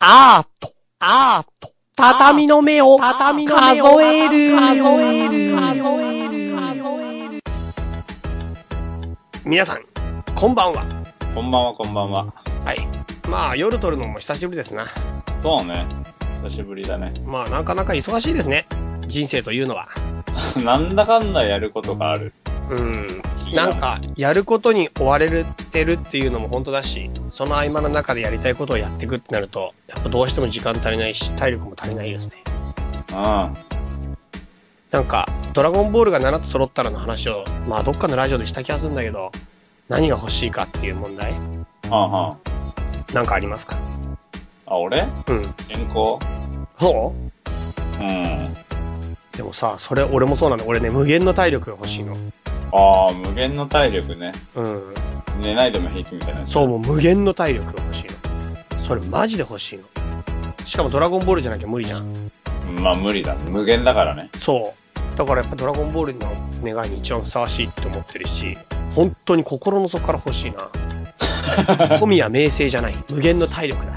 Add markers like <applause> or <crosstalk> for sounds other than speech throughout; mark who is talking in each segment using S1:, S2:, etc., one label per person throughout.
S1: アート、アート、畳の目を、畳の目を数える、数える、数える、数える。皆さん、こんばんは。
S2: こんばんは、こんばんは。
S1: はい。まあ、夜撮るのも久しぶりですな。
S2: そうね。久しぶりだね。 <laughs>
S1: まあ、なかなか忙しいですね。人生というのは。
S2: なんだかんだやることがある。
S1: うん。なんか、やることに追われてるっていうのも本当だし、その合間の中でやりたいことをやっていくってなると、やっぱどうしても時間足りないし、体力も足りないですね。
S2: うん。
S1: なんか、ドラゴンボールが7つ揃ったらの話を、まあ、どっかのラジオでした気がするんだけど、何が欲しいかっていう問題、
S2: はんはん。
S1: なんかありますか
S2: あ、俺
S1: うん。
S2: 健康
S1: そ
S2: うん。
S1: うでもさ、それ、俺もそうなんだ。俺ね、無限の体力が欲しいの。
S2: ああ、無限の体力ね。
S1: うん。
S2: 寝ないでも平気みたいな。
S1: そう、もう無限の体力が欲しいの。それ、マジで欲しいの。しかも、ドラゴンボールじゃなきゃ無理じゃん。
S2: まあ無理だ。無限だからね。
S1: そう。だからやっぱドラゴンボールの願いに一番ふさわしいって思ってるし、本当に心の底から欲しい <laughs> な。富や名声じゃない。無限の体力だ。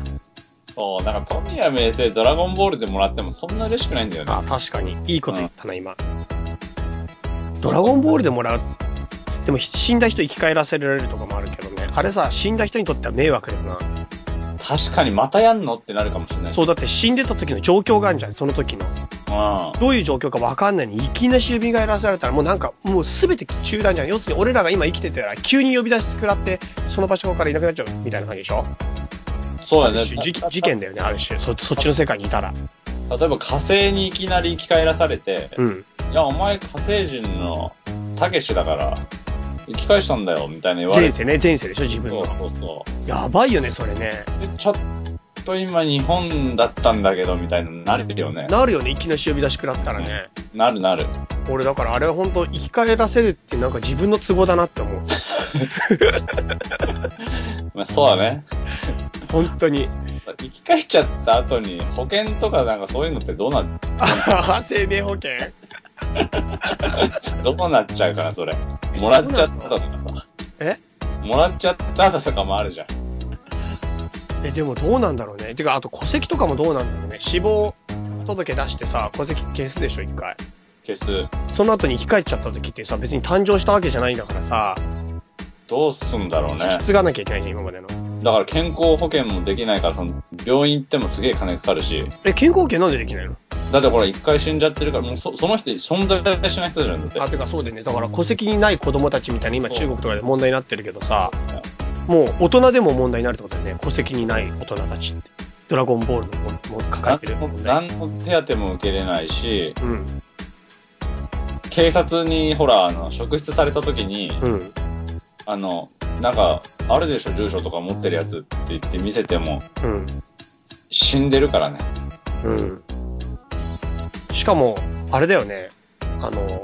S2: そう、なんか富谷名声ドラゴンボールでもらってもそんな嬉しくないんだよね。
S1: あ、確かに。いいこと言ったな、今。ドラゴンボールでもらう。でも、死んだ人生き返らせられるとかもあるけどね。あれさ、死んだ人にとっては迷惑だよな。
S2: 確かにまたやんのってなるかもしれない。
S1: そう、だって死んでた時の状況があるじゃん、その時の。
S2: うん。
S1: どういう状況かわかんないのに、いきなり蘇らせられたら、もうなんか、もう全て中断じゃん。要するに俺らが今生きてたら、急に呼び出し食らって、その場所からいなくなっちゃうみたいな感じでしょ
S2: そうだ
S1: ある
S2: ね。
S1: 種事事件だよね、ある種。そ、そっちの世界にいたら。
S2: 例えば火星にいきなり生き返らされて、
S1: うん。
S2: いや、お前火星人のたけしだから、生き返したんだよ、みたいな言われ
S1: 前
S2: て。
S1: 世ね、前世でしょ、自分
S2: そう
S1: の。
S2: そうそ
S1: やばいよね、それね。
S2: う。で、ちょっと今日本だったんだけど、みたいなのなるよね。
S1: なるよね、いきなり呼び出し食らったらね。
S2: なるなる。
S1: 俺だからあれは本当生き返らせるってなんか自分の都合だなって思う。
S2: まあ、そうだね。
S1: 本当に。
S2: 生き返っちゃった後に、保険とかなんかそういうのってどうな、
S1: ああ、生命保険。
S2: どうなっ <laughs> ちゃうかな、それ。もらっちゃったとかさ。
S1: え
S2: もらっちゃったとかもあるじゃん。
S1: え、でもどうなんだろうね。てか、あと戸籍とかもどうなんだろうね。死亡届出してさ、戸籍消すでしょ、一回。
S2: 消す。
S1: その後に生き返っちゃった時ってさ、別に誕生したわけじゃないんだからさ、
S2: どうすんだろうね
S1: 引き。継がなきゃいけないじゃん、今までの。
S2: だから健康保険もできないから、その、病院行ってもすげえ金かかるし。
S1: え、健康保険なんでできないの
S2: だってこれ一回死んじゃってるから、もうそその人存在しない人じゃん、だ
S1: あ、
S2: って。
S1: てかそうでね、だから戸籍にない子供たちみたいに今
S2: そう
S1: 中国とかで問題になってるけどさ、もう大人でも問題になるってことだよね。戸籍にない大人たちって。ドラゴンボールのもも抱えてる
S2: 何
S1: 問
S2: の
S1: 題。
S2: 何の手当ても受けれないし、
S1: うん、
S2: 警察にほら、あの、職質された時に、
S1: うん。
S2: あの、なんか、あるでしょ、住所とか持ってるやつって言って見せても、
S1: うん。
S2: 死んでるからね。
S1: うん。しかも、あれだよね。あの、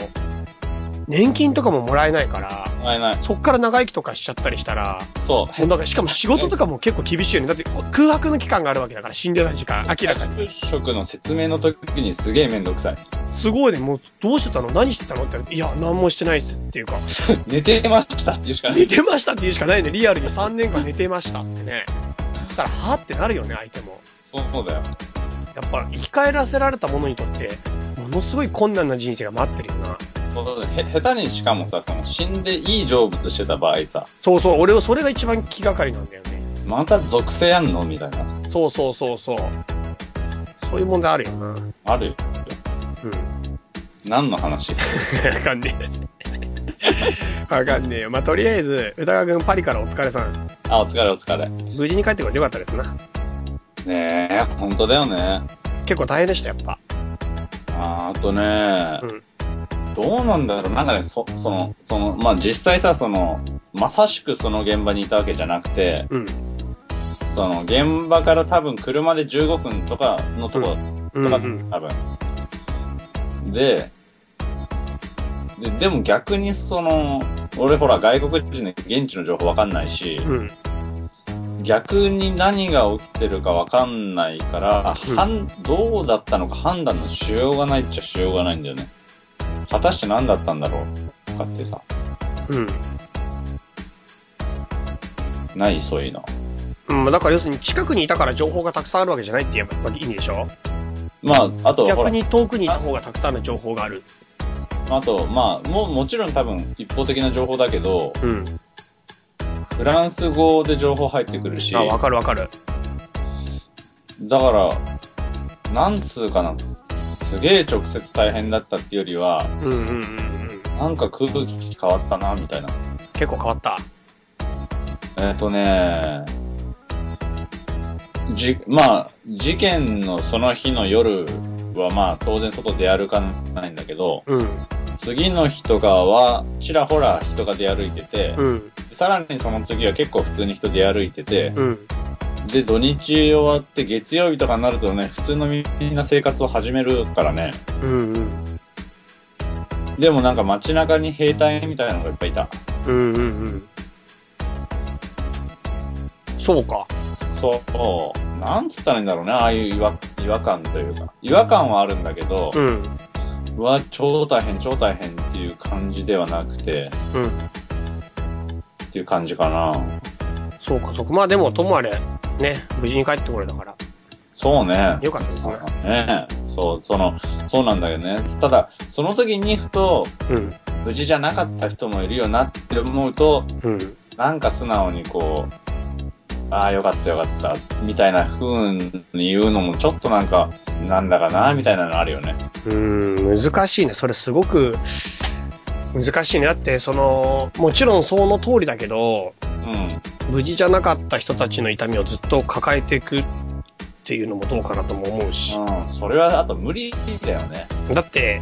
S1: 年金とかももらえないから、
S2: もらえない。
S1: そっから長生きとかしちゃったりしたら、
S2: そう。
S1: もうなんかしかも仕事とかも結構厳しいよね。だってこう空白の期間があるわけだから、死んでない時間、明らかに。
S2: 住職の説明の時にすげえめんどくさい。 <laughs>
S1: すごいね、もうどうしてたの何してたのって言われていや、何もしてないっすっていうか、
S2: 寝てましたって言うしかない。
S1: 寝てましたって言うしかないね。リアルに3年間寝てましたってね。だから、はってなるよね、相手も。
S2: そうだよ。
S1: やっぱ、生き返らせられたものにとって、ものすごい困難な人生が待ってるよな。
S2: そうだよ。へ、下手にしかもさ、その死んでいい成仏してた場合さ、
S1: そうそう、俺はそれが一番気がかりなんだよね。
S2: また属性やんのみたいな。
S1: そうそうそうそう。そういう問題あるよな。うん。
S2: あるよ。何の話
S1: わかんねえ。わかんねえよ。まあ、とりあえず、歌川くんパリからお疲れさん。
S2: あ、お疲れお疲れ。
S1: 無事に帰ってこれてよかったですな。
S2: ねえ、本当だよね。
S1: 結構大変でした、やっぱ。
S2: あーあとね、
S1: うん
S2: どうなんだろう。なんかね、そ、その、その、まあ、実際さ、その、まさしくその現場にいたわけじゃなくて、
S1: うん。
S2: その、現場から多分車で15分とかのところ
S1: う
S2: と
S1: ん、
S2: か、
S1: うん。
S2: 多分。で、で、でも逆にその、俺ほら外国人の現地の情報わかんないし、
S1: うん。
S2: 逆に何が起きてるかわかんないから、
S1: うん
S2: はん、どうだったのか判断のしようがないっちゃしようがないんだよね。果たして何だったんだろうとかってさ、
S1: うん。
S2: ないそういうの。
S1: うん、だから要するに近くにいたから情報がたくさんあるわけじゃないって言えばいいんでしょ
S2: まあ、あと、ほ
S1: 逆
S2: ら、
S1: に遠くにいた方がたくさんの情報がある。
S2: あと、まあ、もう、もちろん多分、一方的な情報だけど、
S1: うん。
S2: フランス語で情報入ってくるし、
S1: あ、わ
S2: だか
S1: かるわかる。
S2: ら、なんつうかな、すげえ直接大変だったっていうよりは、
S1: うんうんうんうん。
S2: なんか空気変わったな、みたいな。
S1: 結構変わった。
S2: えっ、とね、じ、まあ、事件のその日の夜は、まあ、当然外出歩かないんだけど、
S1: うん。
S2: 次の日とかは、ちらほら人が出歩いてて、
S1: うん。
S2: さらにその次は結構普通に人出歩いてて、
S1: うん。
S2: で、土日終わって月曜日とかになるとね、普通のみんな生活を始めるからね。
S1: うんうん。
S2: でもなんか街中に兵隊みたいなのがいっぱいいた。
S1: うんうんうん。そうか。
S2: そう、なんつったらいいんだろうね、ああいう違和違和感というか。違和感はあるんだけど、
S1: うん。
S2: うわ、超大変、超大変っていう感じではなくて、
S1: うん。
S2: っていう感じかな。
S1: そうか、そうか。まあでも、ともあれ、ね、無事に帰ってこれたから、
S2: そうね。
S1: よかったですね。
S2: ねえそう、その、そうなんだけどね。ただ、その時にふと、
S1: うん。
S2: 無事じゃなかった人もいるよなって思うと、
S1: うん。
S2: なんか素直にこう、ああ、よかったよかった、みたいな風に言うのも、ちょっとなんか、なんだかな、みたいなのあるよね。
S1: うん、難しいね。それすごく、難しいね。だって、その、もちろんその通りだけど、
S2: うん。
S1: 無事じゃなかった人たちの痛みをずっと抱えていくっていうのもどうかなとも思うし。
S2: うん。それは、あと無理だよね。
S1: だって、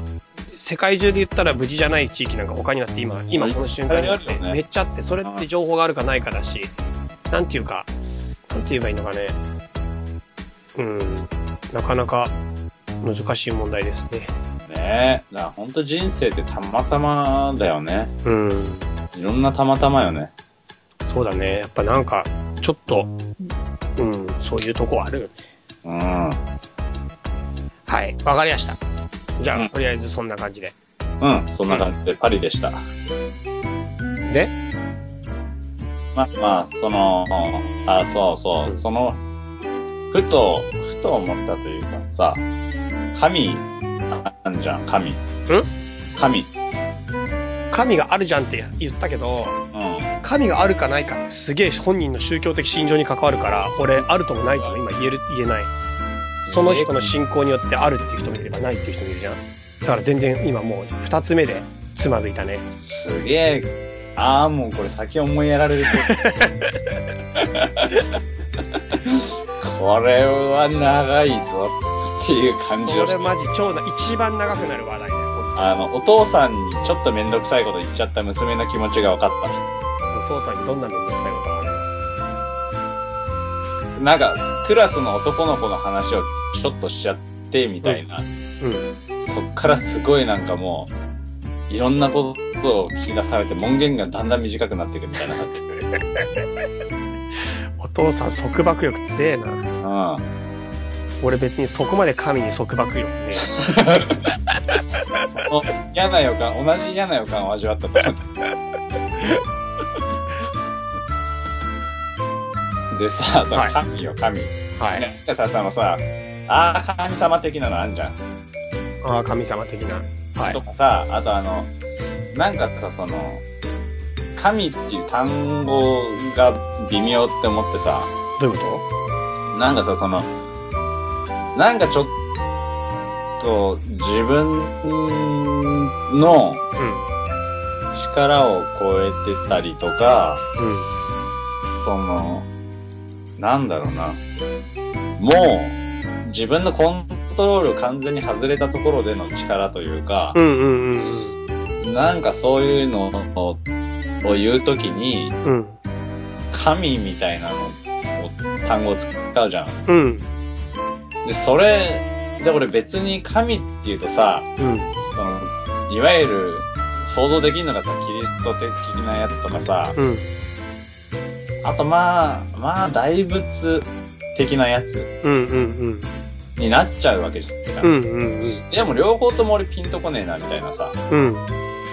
S1: 世界中で言ったら無事じゃない地域なんか他になって今、今この瞬間になっ
S2: い
S1: て
S2: っぱいあるよね
S1: めっちゃあって、それって情報があるかないかだし、なんていうか、なんて言えばいいのかね。うん、なかなか難しい問題ですね。
S2: ねえ。だから、ほんと人生ってたまたまだよね。
S1: うん、
S2: いろんなたまたまよね。
S1: そうだね。やっぱなんか、ちょっと、うん、そういうとこあるよね。
S2: うん。
S1: はい、わかりました。じゃあ、
S2: うん
S1: とりあえずそんな感じで。
S2: うん。そんな感じで、パリでした。
S1: で、
S2: まあ、まあ、その、あ、そうそう、その、ふと、ふと思ったというかさ、神、あんじゃん、神。ん神。
S1: 神があるじゃんって言ったけど、
S2: うん。
S1: 神があるかないかってすげえ本人の宗教的信条に関わるから、俺、あるともないとも今言える、言えない。その人の信仰によってあるっていう人もいればないっていう人もいるじゃん。だから全然今もう二つ目でつまずいたね。
S2: すげえ、ああ、もうこれ先思いやられる。 <laughs> これは長いぞっていう感じ
S1: そ
S2: を
S1: れ
S2: して。
S1: マジ超な、一番長くなる話題だよ。
S2: あの、お父さんにちょっとめんどくさいこと言っちゃった娘の気持ちが分かった。
S1: お父さんにどんな面倒くさいことがある
S2: なんか、クラスの男の子の話をちょっとしちゃって、みたいな。
S1: うん。
S2: そっからすごいなんかもう、いろんなことを聞き出されて、門限がだんだん短くなっていくみたいな。
S1: お父さん束縛力強えな。
S2: うん。
S1: 俺別にそこまで神に束縛力ね。
S2: もう嫌な予感、同じ嫌な予感を味わったと思って。でさ、その
S1: はい
S2: 神よ、神。
S1: はい。
S2: なんかさ、そのさ、ああ、神様的なのあんじゃん。
S1: ああ、神様的な。は
S2: と
S1: い。
S2: かさ、あとあの、なんかさ、その、神っていう単語が微妙って思ってさ、
S1: どういうこ
S2: なんかさ、その、なんかちょっと自分の
S1: とう
S2: 力を超えてたりとか、
S1: ん。うん。
S2: その、なんだろうな。もう、自分のコントロール完全に外れたところでの力というか、
S1: うんうんうん
S2: なんかそういうのをを言うときに、
S1: うん。うん。
S2: 神みたいなのを単語を使うじゃん。
S1: うん。
S2: で、それ、で、俺別に神って言うとさ、
S1: うん。
S2: その、いわゆる、想像できるのがさ、キリスト的なやつとかさ、
S1: うん。
S2: あとまあ、まあ、大仏的なやつ
S1: うんうん
S2: になっちゃうわけじゃん。
S1: うん。うんうん
S2: でも両方とも俺ピンとこねえな、みたいなさ。
S1: うん。うん。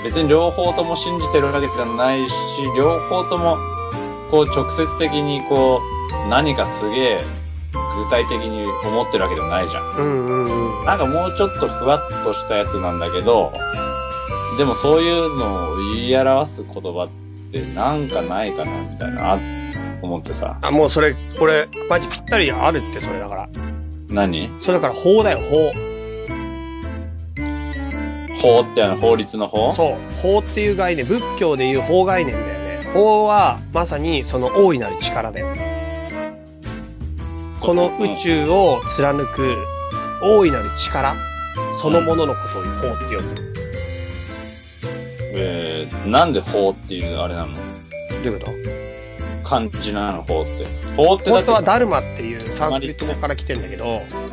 S2: 別に両方とも信じてるわけじゃないし、両方とも、こう直接的にこう、何かすげえ具体的に思ってるわけでもないじゃん。
S1: うんうんうん。
S2: なんかもうちょっとふわっとしたやつなんだけど、でもそういうのを言い表す言葉ってなんかないかなみたいな、あ思ってさ。
S1: あ、もうそれ、これ、マジぴったりあるって、それだから。
S2: 何
S1: それだから法だよ、法。
S2: 法ってあの法律の法
S1: そう。法っていう概念、仏教でいう法概念だよね。法は、まさにその大いなる力だよ。この宇宙を貫く大いなる力、そのもののことを法って呼ぶ。
S2: えー、なんで法っていうあれなの
S1: どういうこと
S2: 漢字なの法って。法ってだっ
S1: 本
S2: て
S1: 当はダル
S2: マ、
S1: マっていうサンスクリット語から来てんだけど、
S2: うん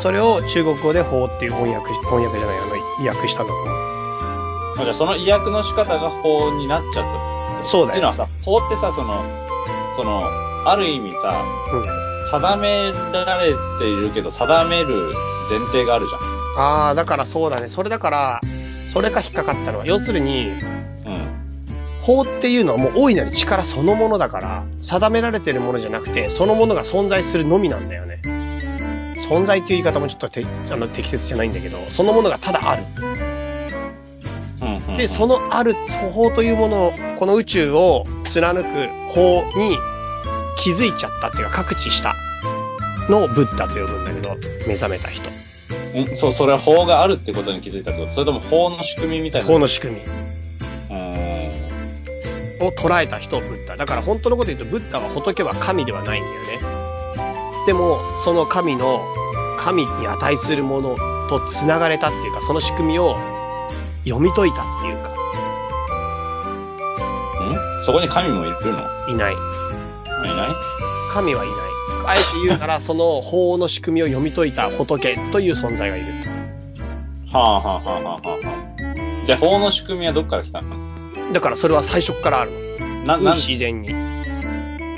S1: それを中国語で法っていう翻訳、翻訳じゃない、あの、訳したんだと思う。
S2: まあじゃあその意訳の仕方が法になっちゃった。
S1: そうだよ
S2: っていうのはさ、法ってさ、その、その、ある意味さ、
S1: うん
S2: 定められているけど、定める前提があるじ
S1: ああ、だからそうだね。それだから、それが引っかかったのは、要するに、
S2: ゃん。うん。
S1: 法っていうのはもう大いなる力そのものだから、定められてるものじゃなくて、そのものが存在するのみなんだよね。存在っていう言い方もちょっとてあの適切じゃないんだけど、そのものがただある。
S2: うん、うん。
S1: で、そのある法というものを、この宇宙を貫く法に気づいちゃったっていうか、各地したのをブッダと呼ぶんだけど、目覚めた人。
S2: うん、そう、それは法があるってことに気づいたってことそれとも法の仕組みみたいな。
S1: 法の仕組み
S2: うーん。
S1: を捉えた人をブッダ。だから本当のこと言うと、ブッダは仏は神ではないんだよね。でも、その神の、神に値するものと繋がれたっていうか、その仕組みを読み解いたっていうか、
S2: んそこに神もいるのい
S1: いない。
S2: ない
S1: 神はいない。あえて言うなら、その法の仕組みを読み解いた仏という存在がいる
S2: はあはあはあはあはあ。じゃあ法の仕組みはどっから来たの
S1: と。だからそれは最初っからあるの。
S2: な、なん、
S1: 自然に。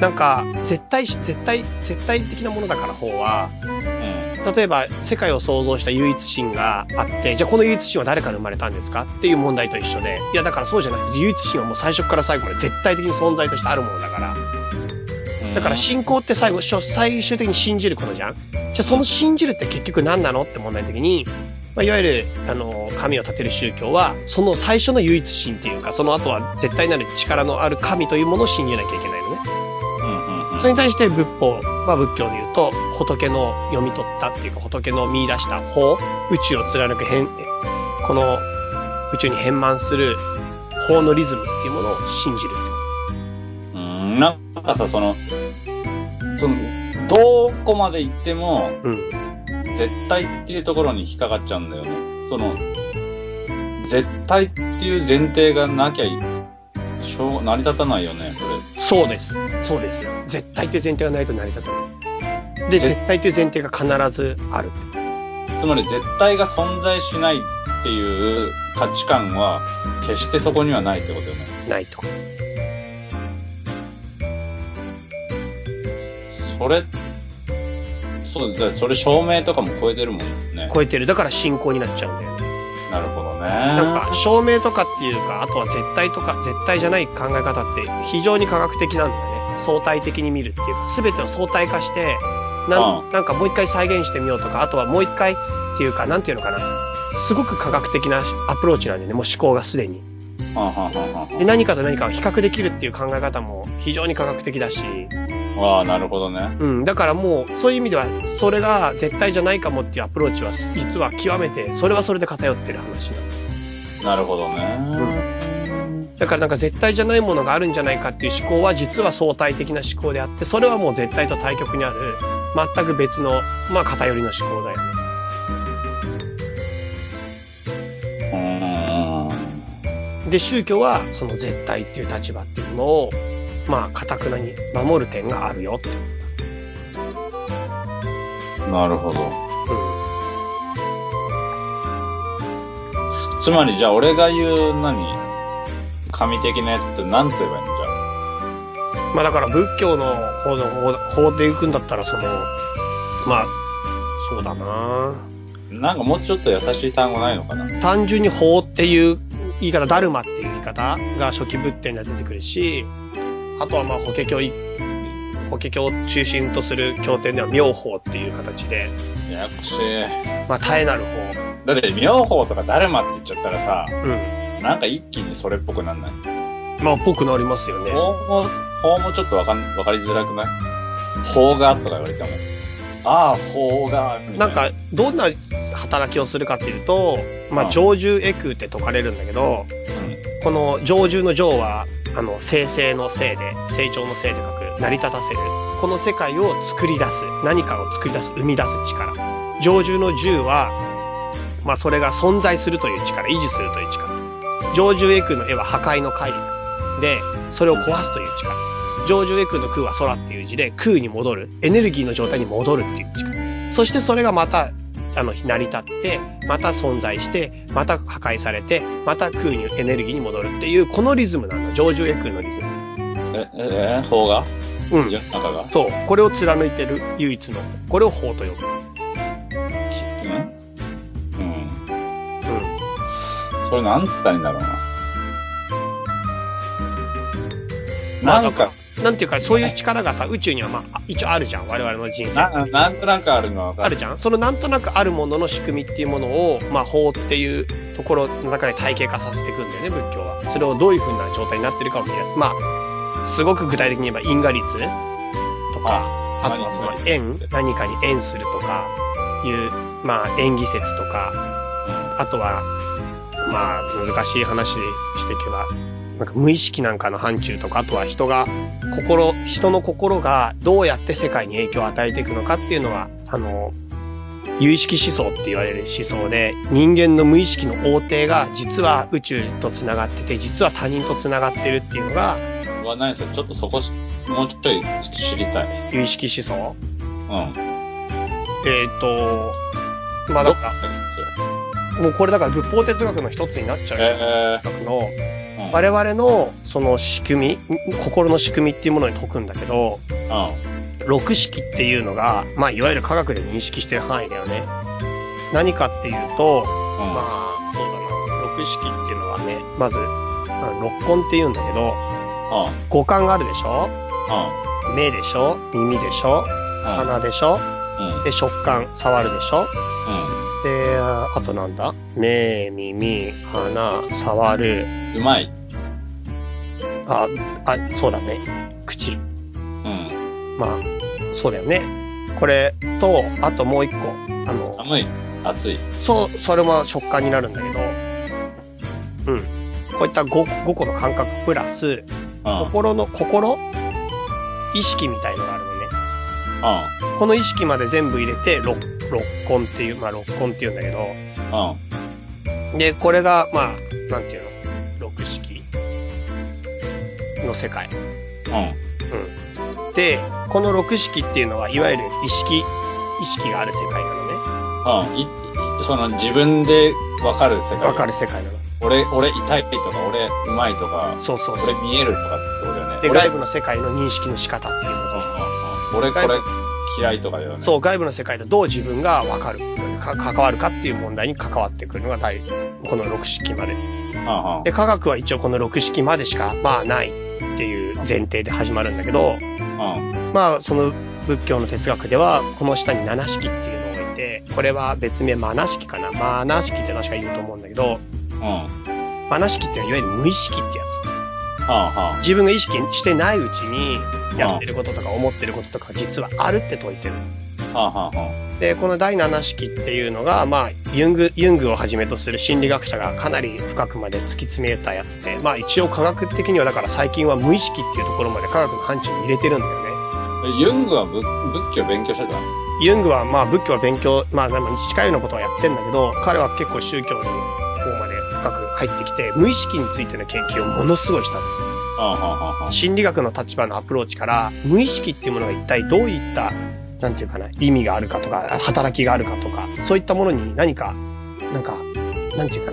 S1: なんか、絶対し、絶対、絶対的なものだから法は、
S2: うん。
S1: 例えば世界を創造した唯一神があって、じゃあこの唯一神は誰から生まれたんですかっていう問題と一緒で、いやだからそうじゃなくて唯一神はもう最初から最後まで絶対的に存在としてあるものだから、
S2: うん
S1: だから信仰って最後、しょ最終的に信じることじゃんじゃあその信じるって結局何なのって問題の時に、まあ、いわゆる、あの、神を立てる宗教は、その最初の唯一神っていうか、その後は絶対なる力のある神というものを信じなきゃいけないのね。
S2: うんうんうん。
S1: それに対して仏法は仏教で言うと、仏の読み取ったっていうか、仏の見出した法、宇宙を貫く変、この宇宙に変満する法のリズムっていうものを信じるってこ
S2: うーんなんかさ、その、その、どこまで行っても、
S1: と。うん。
S2: 絶対っていうところに引っかかっちゃうんだよね。その、絶対っていう前提がなきゃい、しょう、成り立たないよね、そ
S1: そ
S2: れ。
S1: うです。そうです。絶対っていう前提がないと成り立たない。で、絶対っていう前提が必ずある。
S2: つまり絶対が存在しないっていう価値観は、決してそこにはないってことよね。
S1: ないと。
S2: それ、そう、だそれ証明とかも超えてるもんね。
S1: 超えてる。だから信仰になっちゃうんだよね。
S2: なるほどね。
S1: なんか、証明とかっていうか、あとは絶対とか、絶対じゃない考え方って非常に科学的なんだよね。相対的に見るっていうか、すべてを相対化して、なん、なんかもう一回再現してみようとか、あとはもう一回っていうか、なんていうのかな。すごく科学的なアプローチなんだよね、もう思考がすでに。
S2: はんはんはんはん
S1: で、何かと何かを比較できるっていう考え方も非常に科学的だし、
S2: はん。わあ、なるほどね。
S1: うん、だからもう、そういう意味では、それが絶対じゃないかもっていうアプローチは、実は極めて、それはそれで偏ってる話なんだ
S2: なるほどね。
S1: だからなんか絶対じゃないものがあるんじゃないかっていう思考は実は相対的な思考であって、それはもう絶対と対極にある、全く別の、まあ偏りの思考だよね。
S2: うーん。
S1: で、宗教はその絶対っていう立場っていうのを、まあ、かたくなに守る点があるよって。うん。
S2: なるほど。つまり、じゃあ俺が言う何、神的なやつって何つ言えばいいのじゃ
S1: まあだから仏教の方の方法で行くんだったら、その、まあ、そうだな
S2: あ。なんかもうちょっと優しい単語ないのかなう
S1: 単純に法っていう言い方、ダルマっていう言い方が初期仏典では出てくるし、あとはまあ法華経い、法華経を中心とする経典では妙法っていう形で、
S2: ややこしい。
S1: まあ、耐えなる
S2: だって、妙法とかダルマって言っちゃったらさ、
S1: 方。う
S2: なんか一気にそれっぽくなんない。
S1: ん。まあ、ぽくなりますよね。
S2: 法も、法もちょっとわかん、わかりづらくない法がとか言われても。ああ、法が。みたい
S1: なん、か、どんな働きをするかっていうと、ま
S2: う
S1: あ、
S2: ん
S1: 上獣エクって解かれるんだけど、
S2: うん
S1: この上獣の上は、あの、生成の生で、成長の生で書く、成り立たせる。この世界を作り出す。何かを作り出す、生み出す力。上獣の10は、まあ、それが存在するという力、維持するという力。上獣エクの絵は破壊の回避で、それを壊すという力。上獣エクの空は空っていう字で、空に戻る。エネルギーの状態に戻るっていう力。そしてそれがまた、あの、成り立って、また存在して、また破壊されて、また空にエネルギーに戻るっていう、このリズムなんだ。上獣エクのリズム。
S2: え、え、え、法が
S1: うん。
S2: 世の中が
S1: そう。これを貫いてる唯一の、これを法と呼ぶ。
S2: うんうん。
S1: う
S2: それなんつったらいいんだろう
S1: ん。ま
S2: な。
S1: あ
S2: なんか、、
S1: なんていうか、そういう力がさ、宇宙にはまあ、一応あるじゃん。我々の人生。
S2: な、なんとなくあるのはさ
S1: あるじゃんそのなんとなくあるものの仕組みっていうものを、まあ、法っていうところの中で体系化させていくんだよね、仏教は。それをどういう風な状態になってるかを見出す。まあ、すごく具体的に言えば因果率とか、
S2: あ
S1: あとはその
S2: 何々
S1: 縁、何かに縁するとか、いう、まあ、縁起説とか、あとは、まあ、難しい話していけば、なんか無意識なんかの範疇とか、あとは人が、心、人の心がどうやって世界に影響を与えていくのかっていうのは、あの、有意識思想って言われる思想で、人間の無意識の横底が実は宇宙と繋がってて、実は他人と繋がってるっていうのが
S2: うん。うわ、何それちょっとそこし、もうちょい知りたい。
S1: 有意識思想。
S2: うん。
S1: えっ、と、まあ
S2: ど
S1: だ
S2: っ
S1: か
S2: か必
S1: ら、もうこれだから仏法哲学の一つになっちゃう
S2: 要
S1: よ
S2: え
S1: 哲学の、
S2: えー。
S1: 我々のその仕組み、心の仕組みっていうものに解くんだけど、
S2: うん。うん。
S1: 六式っていうのが、まあ、いわゆる科学で認識してる範囲だよね。何かっていうと、
S2: う
S1: ま
S2: ん。
S1: あ、そうだな。六式っていうのはね、まず、あの六根って言うんだけど、
S2: うん。
S1: 五感があるでしょ
S2: う
S1: 目でしょ耳でしょ
S2: ん。うん。
S1: 鼻でしょ
S2: うん。
S1: で、食感、触るでしょ
S2: う
S1: で、あとなんだ目、耳、鼻、触る、
S2: ん。うまい。
S1: あ、あ、そうだね。口。
S2: うん。
S1: まあ、そうだよね。これと、あともう一個。あの、
S2: 寒い。暑い。
S1: そう、それも食感になるんだけど、うん。こういった 5, 個の感覚プラス、
S2: うん。うん。
S1: 心の、心意識みたいのがあるのね。この意識まで全部入れて、六、六根っていう、まあ六根っていうんだけど、
S2: うん。
S1: で、これが、まあ、なんていうの、六式の世界。
S2: うん。
S1: うん。で、この六式っていうのは、いわゆる意識、意識がある世界なのね。
S2: うん。い、その自分でわかる世界。
S1: わかる世界なの。
S2: 俺、俺痛いとか、俺うまいとか、
S1: そうそうそ
S2: 俺
S1: う。
S2: 見えるとかってことだよね。
S1: で、
S2: 俺
S1: 外部の世界の認識の仕方っていうの
S2: う
S1: が
S2: んうんうん。俺これ嫌いとかだよね。。
S1: そうう、外部の世界とどう自分がわかる、か関わるかっていう問題に関わってくるのが大、この6式まで。
S2: うんうん。
S1: で、科学は一応この6式までしか、まあないっていう前提で始まるんだけど、
S2: うん。
S1: まあその仏教の哲学では、この下に7式っていうのを置いて、これは別名マナ式かな。マナ式って確か言うと思うんだけど、
S2: うん。
S1: マナ式っていうのはいわゆる無意識ってやつ。
S2: うんうん。
S1: 自分が意識してないうちにやってることとか思ってることとか実はあるって解いてる。
S2: うんうんうん。
S1: で、この第7式っていうのが、まあ、ユング、ユングをはじめとする心理学者がかなり深くまで突き詰めたやつで、まあ一応科学的にはだから最近は無意識っていうところまで科学の範疇に入れてるんだよね。
S2: えユングは仏仏教勉強してたの
S1: ユングはまあ仏教は勉強、まあでも近いようなことはやってんだけど、彼は結構宗教の方まで深く入ってきて、無意識についての研究をものすごいしたの。
S2: うんうんうんうん。
S1: 心理学の立場のアプローチから、無意識っていうものが一体どういった、なんていうかな、意味があるかとか、働きがあるかとか、そういったものに何か、なんか、なんていうか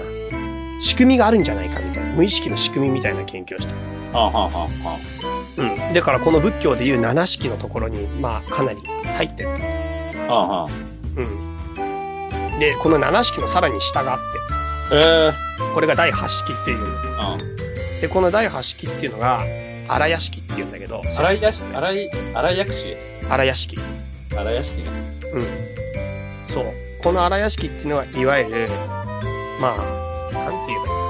S1: な、仕組みがあるんじゃないかみたいな、無意識の仕組みみたいな研究をした。
S2: うんうんうんうん。
S1: うん。だからこの仏教でいう七式のところに、まあ、かなり入ってる。
S2: うんうん。
S1: うん。で、この七式のさらに下があっ
S2: ええ。
S1: て、これが第八式っていうの。
S2: うん。
S1: で、この第八式っていうのが、荒屋敷って言うんだけど、
S2: 荒井屋敷、荒井、荒井薬師です。
S1: 荒屋敷。
S2: 荒井屋敷ね。
S1: そう。この荒屋敷っていうのは、いわゆる、まあ、なんて言えばいいの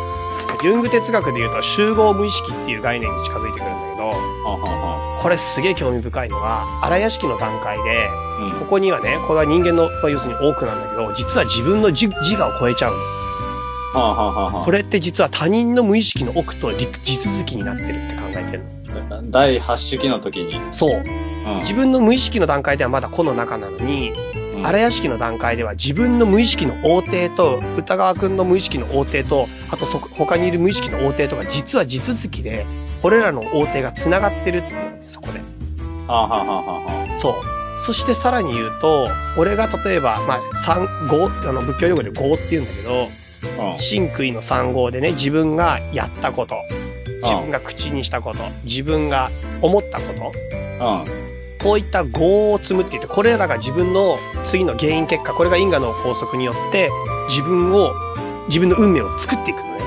S1: ユング哲学で言うと集合無意識っていう概念に近づいてくるんだけど、
S2: はんはんは
S1: これすげえ興味深いのは、荒屋敷の段階で、
S2: んうん
S1: ここにはね、これは人間の、まあ要するに多くなんだけど、実は自分の自自我を超えちゃうの。
S2: はんはんはんはん
S1: これって実は他人の無意識の奥と陸地続きになってるって考えてるの。
S2: 第8種期の時に、
S1: そう。
S2: うん
S1: 自分の無意識の段階ではまだ個の中なのに、
S2: うん
S1: 荒屋敷の段階では自分の無意識の横帝と、歌川くんの無意識の横帝と、あとそ他にいる無意識の横帝とか、実は地続きで、これらの横帝が繋がってるっていうのね、そこで。
S2: はんはんはんはんはん
S1: そう。そしてさらに言うと、俺が例えば、まあ、三、五、あの、仏教用語で五って言うんだけど、
S2: うん
S1: 真杭の三号でね、自分がやったこと、自分が口にしたこと、自分が思ったこと、
S2: うん
S1: こういった業を積むって言って、これらが自分の次の原因結果、これが因果の法則によって、自分を、自分の運命を作っていくのね。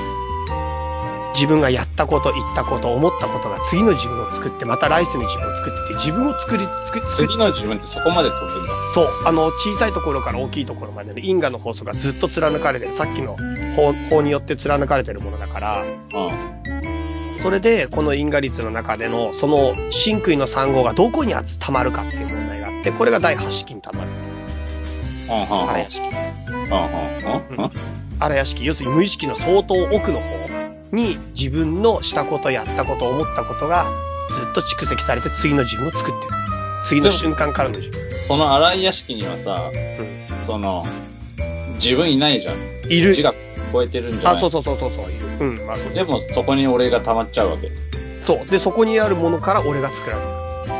S1: 自分がやったこと、言ったこと、思ったことが次の自分を作って、また来世の自分を作ってって、自分を作り、作り、作り、
S2: 次の自分ってそこまで飛ぶんだ。
S1: そう、あの、小さいところから大きいところまでの因果の法則がずっと貫かれてる。さっきの法法によって貫かれてるものだから、
S2: うん。
S1: それで、この因果律の中での、その、真杭の3号がどこに集溜まるかっていう問題があって、これが第8式に溜まる。
S2: うんうん
S1: 荒屋敷。
S2: うんうんうんうん
S1: 荒屋敷。要するに無意識の相当奥の方に自分のしたこと、やったこと、思ったことがずっと蓄積されて次の自分を作ってる。次の瞬間からの自分。
S2: その荒い屋敷にはさ、
S1: ん
S2: その、自分いないじゃん。
S1: い
S2: 自
S1: る。
S2: 我超えてるんじゃ
S1: あ、
S2: ない
S1: そうそうそうそうそう。いる。うん、まあそう
S2: でもそこに俺が溜まっちゃうわけ。
S1: そう。で、そこにあるものから俺が作られる。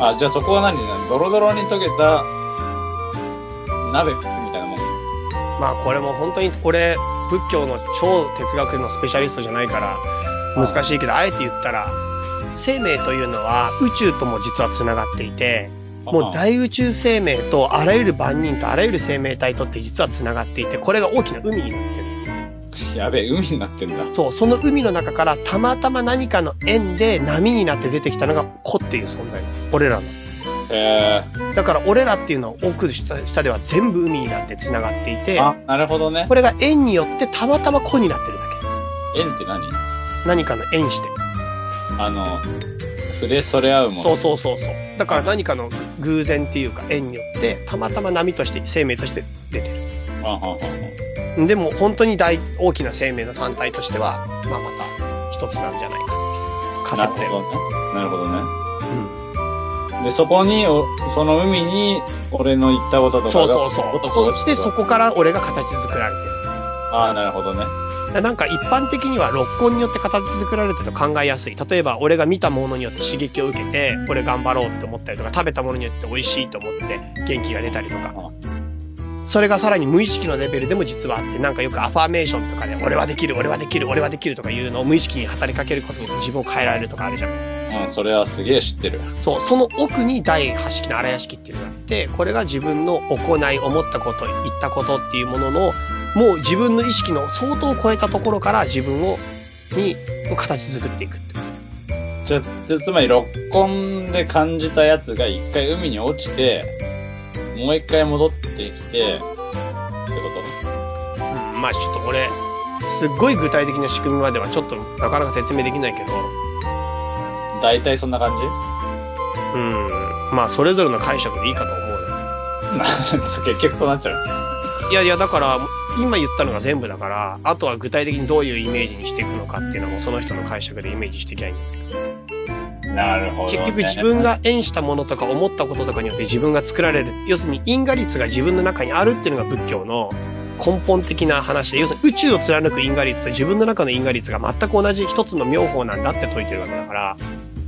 S2: あ、じゃあそこは何ドロドロに溶けた、鍋みたいなもん。
S1: まあこれも本当に、俺、仏教の超哲学のスペシャリストじゃないから、難しいけど、あえて言ったら、生命というのは宇宙とも実は繋がっていて、もう大宇宙生命とあらゆる万人とあらゆる生命体とって実は繋がっていて、これが大きな海になってる。
S2: やべえ、海になってんだ。
S1: そう、その海の中からたまたま何かの縁で波になって出てきたのが子っていう存在。俺らの。
S2: へ
S1: だから俺らっていうのは奥下下では全部海になって繋がってい
S2: え
S1: て、
S2: あ、なるほどね
S1: こ。れが縁によってたまたま子になってるだ
S2: 縁って何
S1: け。何かの縁して。
S2: あの、触れそれ合うもの。
S1: そうそうそうそう。だから何かの偶然っていうか縁によって、たまたま波として、生命として出てる。
S2: うんうんうんうん
S1: でも本当に大大きな生命の単体としては、まあ、また一つなんじゃないかっていう
S2: な
S1: 仮
S2: る
S1: 説で
S2: ほ
S1: は。
S2: どね。なるほどね。
S1: うん
S2: で、そこに、おその海に、俺の行ったこととか
S1: そう
S2: が。
S1: そうそう。そしてそ
S2: そ
S1: こから俺が形作られてる
S2: ああ、なるほどね。。
S1: だからなんか一般的には六根によって形作られてると考えやすい。例えば俺が見たものによって刺激を受けて、これ頑張ろうって思ったりとか、食べたものによって美味しいと思って元気が出たりとか。それがさらに無意識のレベルでも実はあって、なんかよくアファーメーションとかで、俺はできる、俺はできる、俺はできるとかいうのを無意識に働きかけることによって自分を変えられるとかあるじゃん。
S2: うん、それはすげえ知ってる。
S1: そう、その奥に第8式の荒屋敷っていうのがあって、これが自分の行い、思ったこと、言ったことっていうものの、もう自分の意識の相当超えたところから自分を、に、を形作っていくって。
S2: じゃ、つつまり、六根で感じたやつが一回海に落ちて、もう一回戻ってきて、ってこと
S1: うん、まあちょっと俺、すっごい具体的な仕組みまではちょっとなかなか説明できないけど、
S2: 大体そんな感
S1: うん、まあそれぞれの解釈でいいかと思うな。
S2: じ <laughs> 結局そうなっちゃう。
S1: いやいや、だから、今言ったのが全部だから、あとは具体的にどういうイメージにしていくのかっていうのはもうその人の解釈でイメージしていきゃいいんだけど
S2: なるほど、ね。
S1: 結局自分が縁したものとか思ったこととかによって自分が作られる。要するに因果律が自分の中にあるっていうのが仏教の根本的な話で、要するに宇宙を貫く因果律と自分の中の因果律が全く同じ一つの妙法なんだって説いてるわけだから。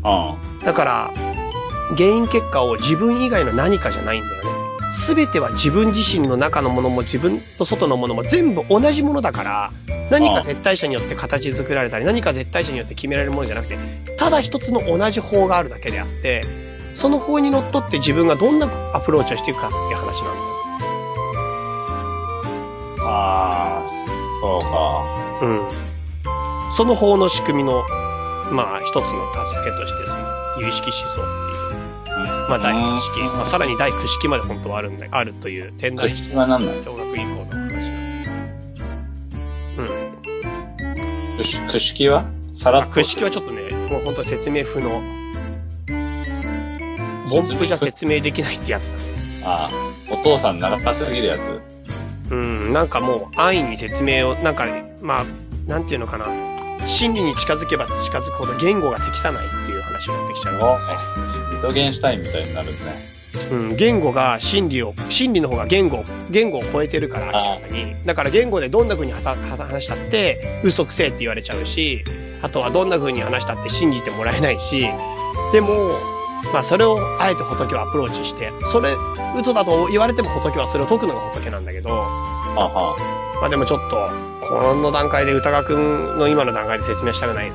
S2: う
S1: だから、原因結果を自分以外の何かじゃないんだよね。すべては自分自身の中のものも自分と外のものも全部同じものだから、何か絶対者によって形作られたり、何か絶対者によって決められるものじゃなくて、ただ一つの同じ法があるだけであって、その法にのっとって自分がどんなアプローチをしていくかっていう話なんだよ。
S2: ん。ああ、そうか。
S1: うん。その法の仕組みのまあ、一つの助けとして、その、有意識思想っていう、まあ、第一式、まあ、さらに第九式まで本当はあるんだ、あるという、天
S2: 九
S1: 台
S2: 式は何なの
S1: 小学以降の話なんだうん。
S2: 九式九式はさらっ
S1: あ、
S2: と。
S1: くしきはちょっとね、もう本当に説明不能。凡夫じゃ説明できないってやつだね。
S2: ああ、お父さん長っすぎるやつ。
S1: うん、なんかもう安易に説明を、なんか、まあ、なんていうのかな。真理に近づけば近づくほど言語が適さないっていう話になってきちゃう。
S2: おリトゲンシュタインみたいになるね。
S1: うん、言語が真理を、真理の方が言語、言語を超えてるから明らかに。だから言語でどんな風にはたはた話したって嘘くせえって言われちゃうし、あとはどんな風に話したって信じてもらえないし、でも、まあそれをあえて仏はアプローチして、それ嘘だと言われても仏はそれを解くのが仏なんだけど、
S2: はは
S1: まあでもちょっと、この段階で歌川くんの今の段階で説明したくないね。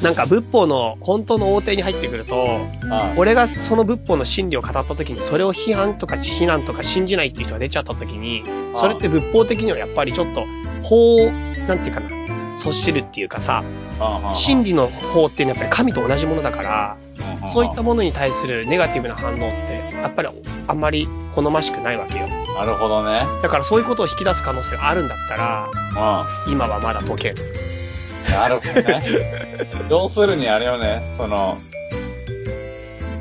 S1: なんか仏法の本当の横底に入ってくると、
S2: あ
S1: 俺がその仏法の真理を語った時にそれを批判とか非難とか信じないっていう人が出ちゃった時に、それって仏法的にはやっぱりちょっと法を、なんていうかな、そしるっていうかさ、
S2: あ
S1: 真理の法っていうのはやっぱり神と同じものだから、そういったものに対するネガティブな反応って、やっぱりあんまり好ましくないわけよ。
S2: なるほどね。
S1: だからそういうことを引き出す可能性があるんだったら、今はまだ解ける。
S2: うん。なるほどね。要するにあれよね、その、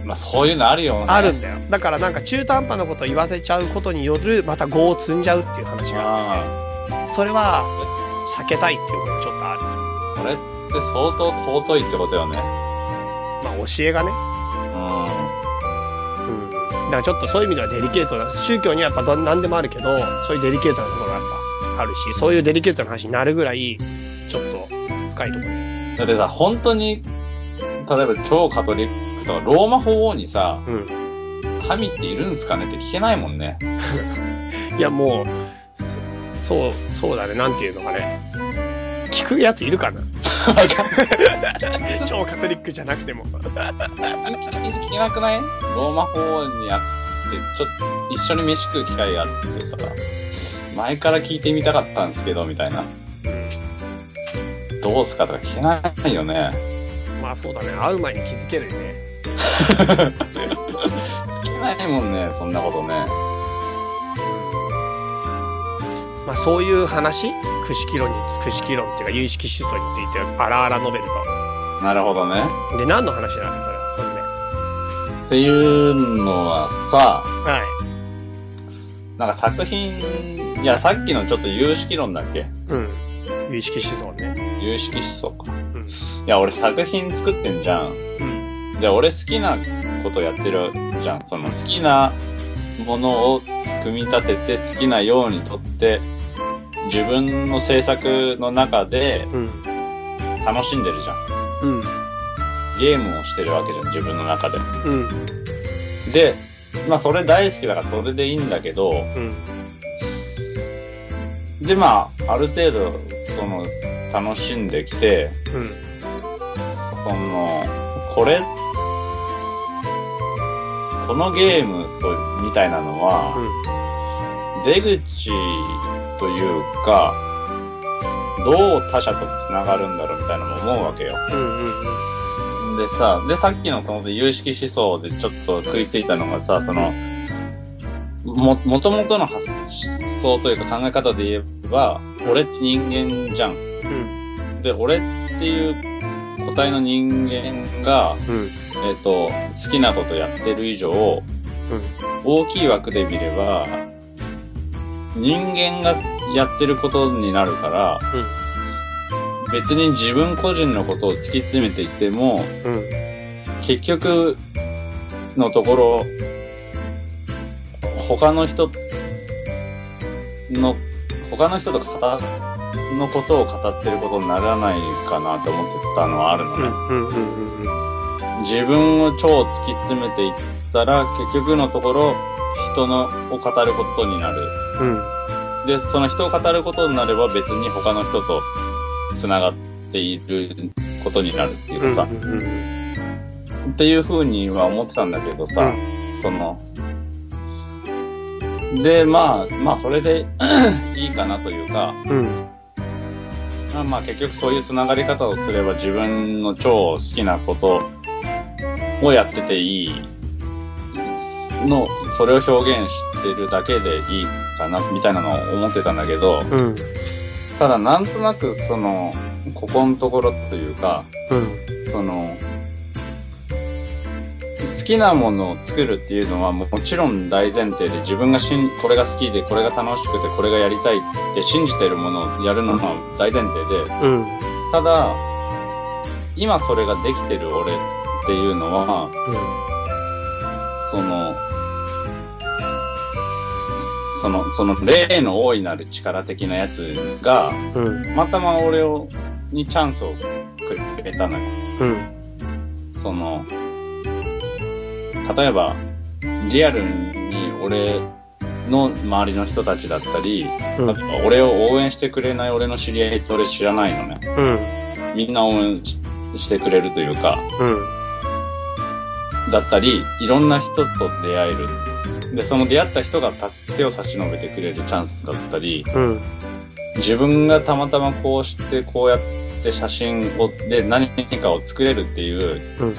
S2: まあそういうのあるよね。
S1: あるんだよ。だからなんか中途半端なことを言わせちゃうことによる、また業を積んじゃうっていう話があって
S2: あ
S1: それは、避けたいっていうことがちょっとある。
S2: あ。それって相当尊いってことよね。
S1: まあ、教えがね。
S2: う
S1: うん。だからちょっとそういう意味ではデリケートな、宗教にはやっぱど何でもあるけど、そういうデリケートなところがやっぱあるし、そういうデリケートな話になるぐらい、ちょっと深いところに。
S2: ん。だってさ、本当に、例えば超カトリックとか、ローマ法王にさ、
S1: うん。
S2: 神っているんすかねって聞けないもんね。
S1: いや、もう、すそう、そうだね。なんていうのかね。聞くやついるかな超カトリックじゃなくても。
S2: 聞けなくないローマ法王に会って、ちょっと一緒に飯食う機会があってさ、前から聞いてみたかったんですけど、みたいな。どうすかとか聞けないよね。 <laughs>
S1: まあそうだね。会う前に気づけるよね。
S2: 聞けないもんね、そんなことね。
S1: まあそういう話くしき論に、くしき論っていうか有意識思想についてあらあら述べる
S2: なるほどね。
S1: と。で、何の話なのそれは、それで。
S2: っていうのはさ、
S1: はい。
S2: なんか作品、いや、さっきのちょっと有識論だっけ
S1: うん。有意識思想ね。
S2: 有識思想か。
S1: うん。
S2: いや、俺作品作ってんじゃん。
S1: うん。
S2: じゃあ俺好きなことやってるじゃん。その好きなものを組み立てて好きなようにとって自分の制作の中で
S1: うん。
S2: 楽しんでるじゃん。
S1: うん。
S2: ゲームをしてるわけじゃん、自分の中で。
S1: うん。
S2: で、まあそれ大好きだからそれでいいんだけど、
S1: うん。
S2: でまあある程度その楽しんできて、
S1: うん。
S2: その、これ、このゲームと、みたいなのは、出口というか、どう他者と繋がるんだろうみたいなのも思うわけよ。
S1: うん。うん。
S2: でさ、で、さっきのその有識思想でちょっと食いついたのがさ、その、も、元々の発想というか考え方で言えば、俺って人間じゃ
S1: う
S2: ん。
S1: ん。
S2: で、俺っていう個体の人間が、
S1: うん。
S2: えっ、と、好きなことやってる以上、大きい枠で見れば、人間がやってることになるから、別に自分個人のことを突き詰めていっても、
S1: うん。うん。
S2: 結局のところ、他の人の、他の人と語のことを語ってることにならないかなと思ってたのはあるのね。
S1: うん。うん。うん。
S2: 自分を超突き詰めていったら、結局のところ、人のを語ることになる。
S1: うん。
S2: で、その人を語ることになれば別に他の人と繋がっていることになるっていうかさ、
S1: うん。
S2: っていう風には思ってたんだけどさ、その、 <clears throat> で、まあ、まあそれでいいかなというか、
S1: うん。
S2: まあまあ結局そういうつながり方をすれば自分の超好きなことをやってていいの、それを表現してるだけでいいかな、みたいなのを思ってたんだけど、
S1: うん。
S2: ただなんとなくその、ここのところというか、
S1: うん。
S2: その、好きなものを作るっていうのはもちろん大前提で自分がしんこれが好きでこれが楽しくてこれがやりたいって信じてるものをやるのは大前提で、
S1: うん。
S2: ただ、今それができてる俺っていうのは、その、その、その例の大いなる力的なやつが、
S1: うん。うん。
S2: またま俺を、にチャンスをくれたのよ。
S1: うん。
S2: その、例えば、リアルに俺の周りの人たちだったり、
S1: うん
S2: 例えば俺を応援してくれない俺の知り合いって俺知らないのね。
S1: うん。
S2: みんな応援ししてくれるというか、
S1: うん。
S2: だったり、いろんな人と出会える。で、その出会った人が助けを差し伸べてくれるチャンスだったり、
S1: うん。
S2: 自分がたまたまこうして、こうやって写真を、で何かを作れるっていう
S1: うん。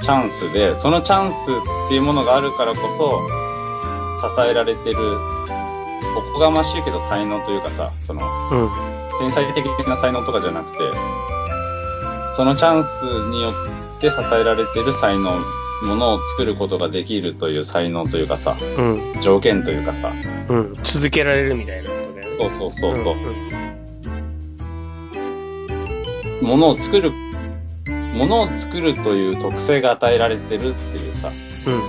S2: チャンスで、そのチャンスっていうものがあるからこそ、支えられてる、おこがましいけど才能というかさ、その、
S1: うん。
S2: 天才的な才能とかじゃなくて、そのチャンスによって支えられてる才能、ものを作ることができるという才能というかさ、
S1: うん。
S2: 条件というかさ、
S1: うん。続けられるみたいなことだよね。
S2: そうそうそうそう、
S1: ん
S2: ものを作る、ものを作るという特性が与えられてるっていうさ、
S1: うん。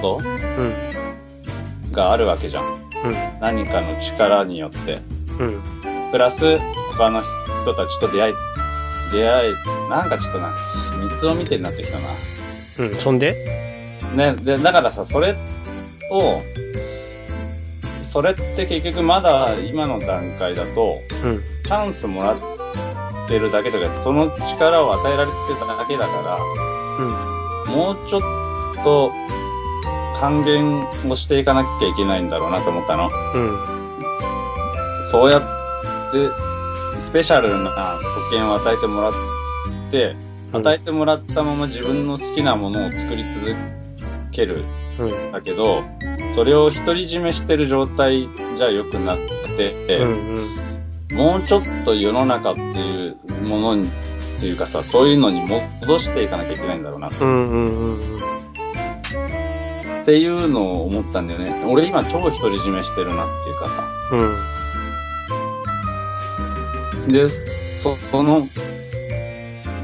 S2: こ
S1: うん。
S2: とがあるわけじゃん。
S1: うん。
S2: 何かの力によって。
S1: うん。
S2: プラス、他の人たちと出会い、出会い、なんかちょっとな、三つを見てになってきたな。
S1: うん。うん。そんで
S2: ね、で、だからさ、それを、それって結局まだ今の段階だと、
S1: うん。
S2: チャンスもらってるだけとか、その力を与えられてただけだか
S1: うん。
S2: ら、もうちょっと還元をしていかなきゃいけないんだろうなと思ったの。
S1: うん。
S2: そうやって、スペシャルな特権を与えてもらって、与えてもらったまま自分の好きなものを作り続ける
S1: うん。
S2: んだけど、それを独り占めしてる状態じゃ良くなくて、
S1: うん。
S2: もうちょっと世の中っていうものに、っていうかさ、そういうのに戻していかなきゃいけないんだろうな
S1: うん。うん。うん。
S2: っていうのを思ったんだよね。俺今超独り占めしてるなっていうかさ。
S1: うん。
S2: で、そその、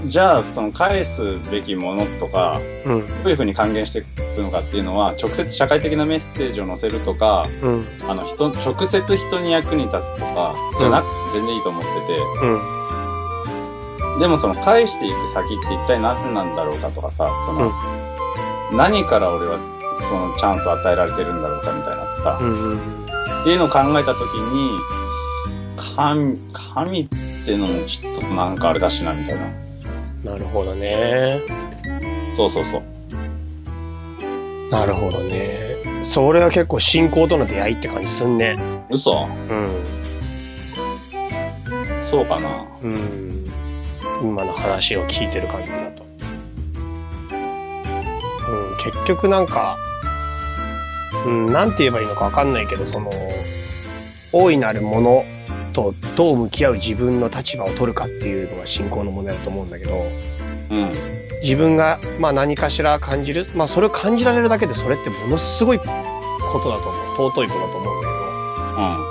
S2: じゃあ、その返すべきものとか、
S1: うん。
S2: どういうふうに還元していくのかっていうのは、直接社会的なメッセージを載せるとか、
S1: うん。
S2: あの、人、直接人に役に立つとか、じゃなくて全然いいと思ってて、
S1: うん。
S2: でもその返していく先って一体何なんだろうかとかさ、その、何から俺はそのチャンスを与えられてるんだろうかみたいなさ、
S1: うん。
S2: っていうのを考えたときに、神、神ってのもちょっとなんかあれだしな、みたいな。
S1: なるほどね。
S2: そうそうそう。
S1: なるほどね。それは結構信仰との出会いって感じすんね。
S2: 嘘
S1: うん。
S2: そうかな。
S1: うん。今の話を聞いてる感じだと。うん、結局なんか、うん、なんて言えばいいのかわかんないけど、その、大いなるものとどう向き合う自分の立場を取るかっていうのが信仰の問題だと思うんだけど、
S2: うん。
S1: 自分が、まあ、何かしら感じる、まあ、それを感じられるだけでそれってものすごいことだと思う尊いことだと思うんだけど、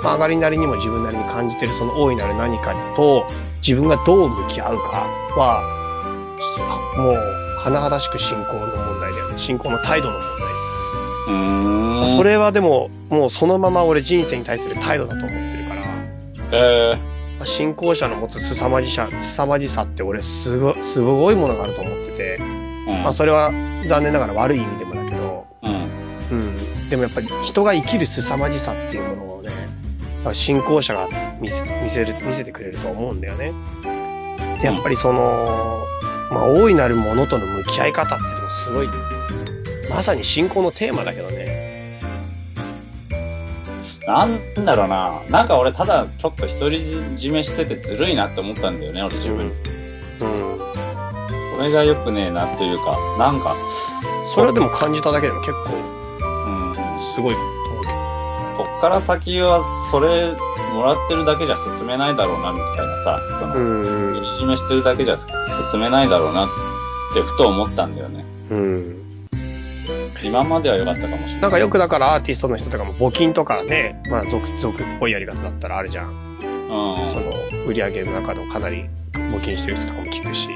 S2: うん。
S1: まあ、上がりなりにも自分なりに感じてるその大いなる何かと自分がどう向き合うかはすもう甚だしく信仰の問題だよね信仰の態度の問題
S2: うーん。
S1: それはでももうそのまま俺人生に対する態度だと思ってるから
S2: え
S1: まあ信仰者の持つ凄まじさ凄まじさって俺すごすごいものがあると思ってて、
S2: ー、うん。
S1: まあ、それは残念ながら悪い意味でもだけど
S2: うん。
S1: うん、でもやっぱり人が生きる凄まじさっていうものをね、やっぱ信仰者が見せ見せる見せてくれると思うんだよね。でやっぱりその、まあ、大いなるものとの向き合い方っていうのもすごい、まさに信仰のテーマだけどね。
S2: なんだろうな。なんか俺ただちょっと独り占めしててずるいなって思ったんだよね、俺自
S1: う
S2: 分。
S1: ん。
S2: それが良くねえなっていうか、なんか、
S1: それはでも感じただけでも結構
S2: うん、
S1: すごいこと思うけど。
S2: こっから先はそれもらってるだけじゃ進めないだろうなみたいなさ、その、
S1: ん
S2: 独り占めしてるだけじゃ進めないだろうなってふと思ったんだよね。
S1: うん。
S2: 今までは良かったかもしれない。
S1: なんかよくだからアーティストの人とかも募金とかね、まあ俗、俗っぽいやり方だったらあるじゃん。
S2: うん。
S1: その売り上げの中のかなり募金してる人とかも聞くし。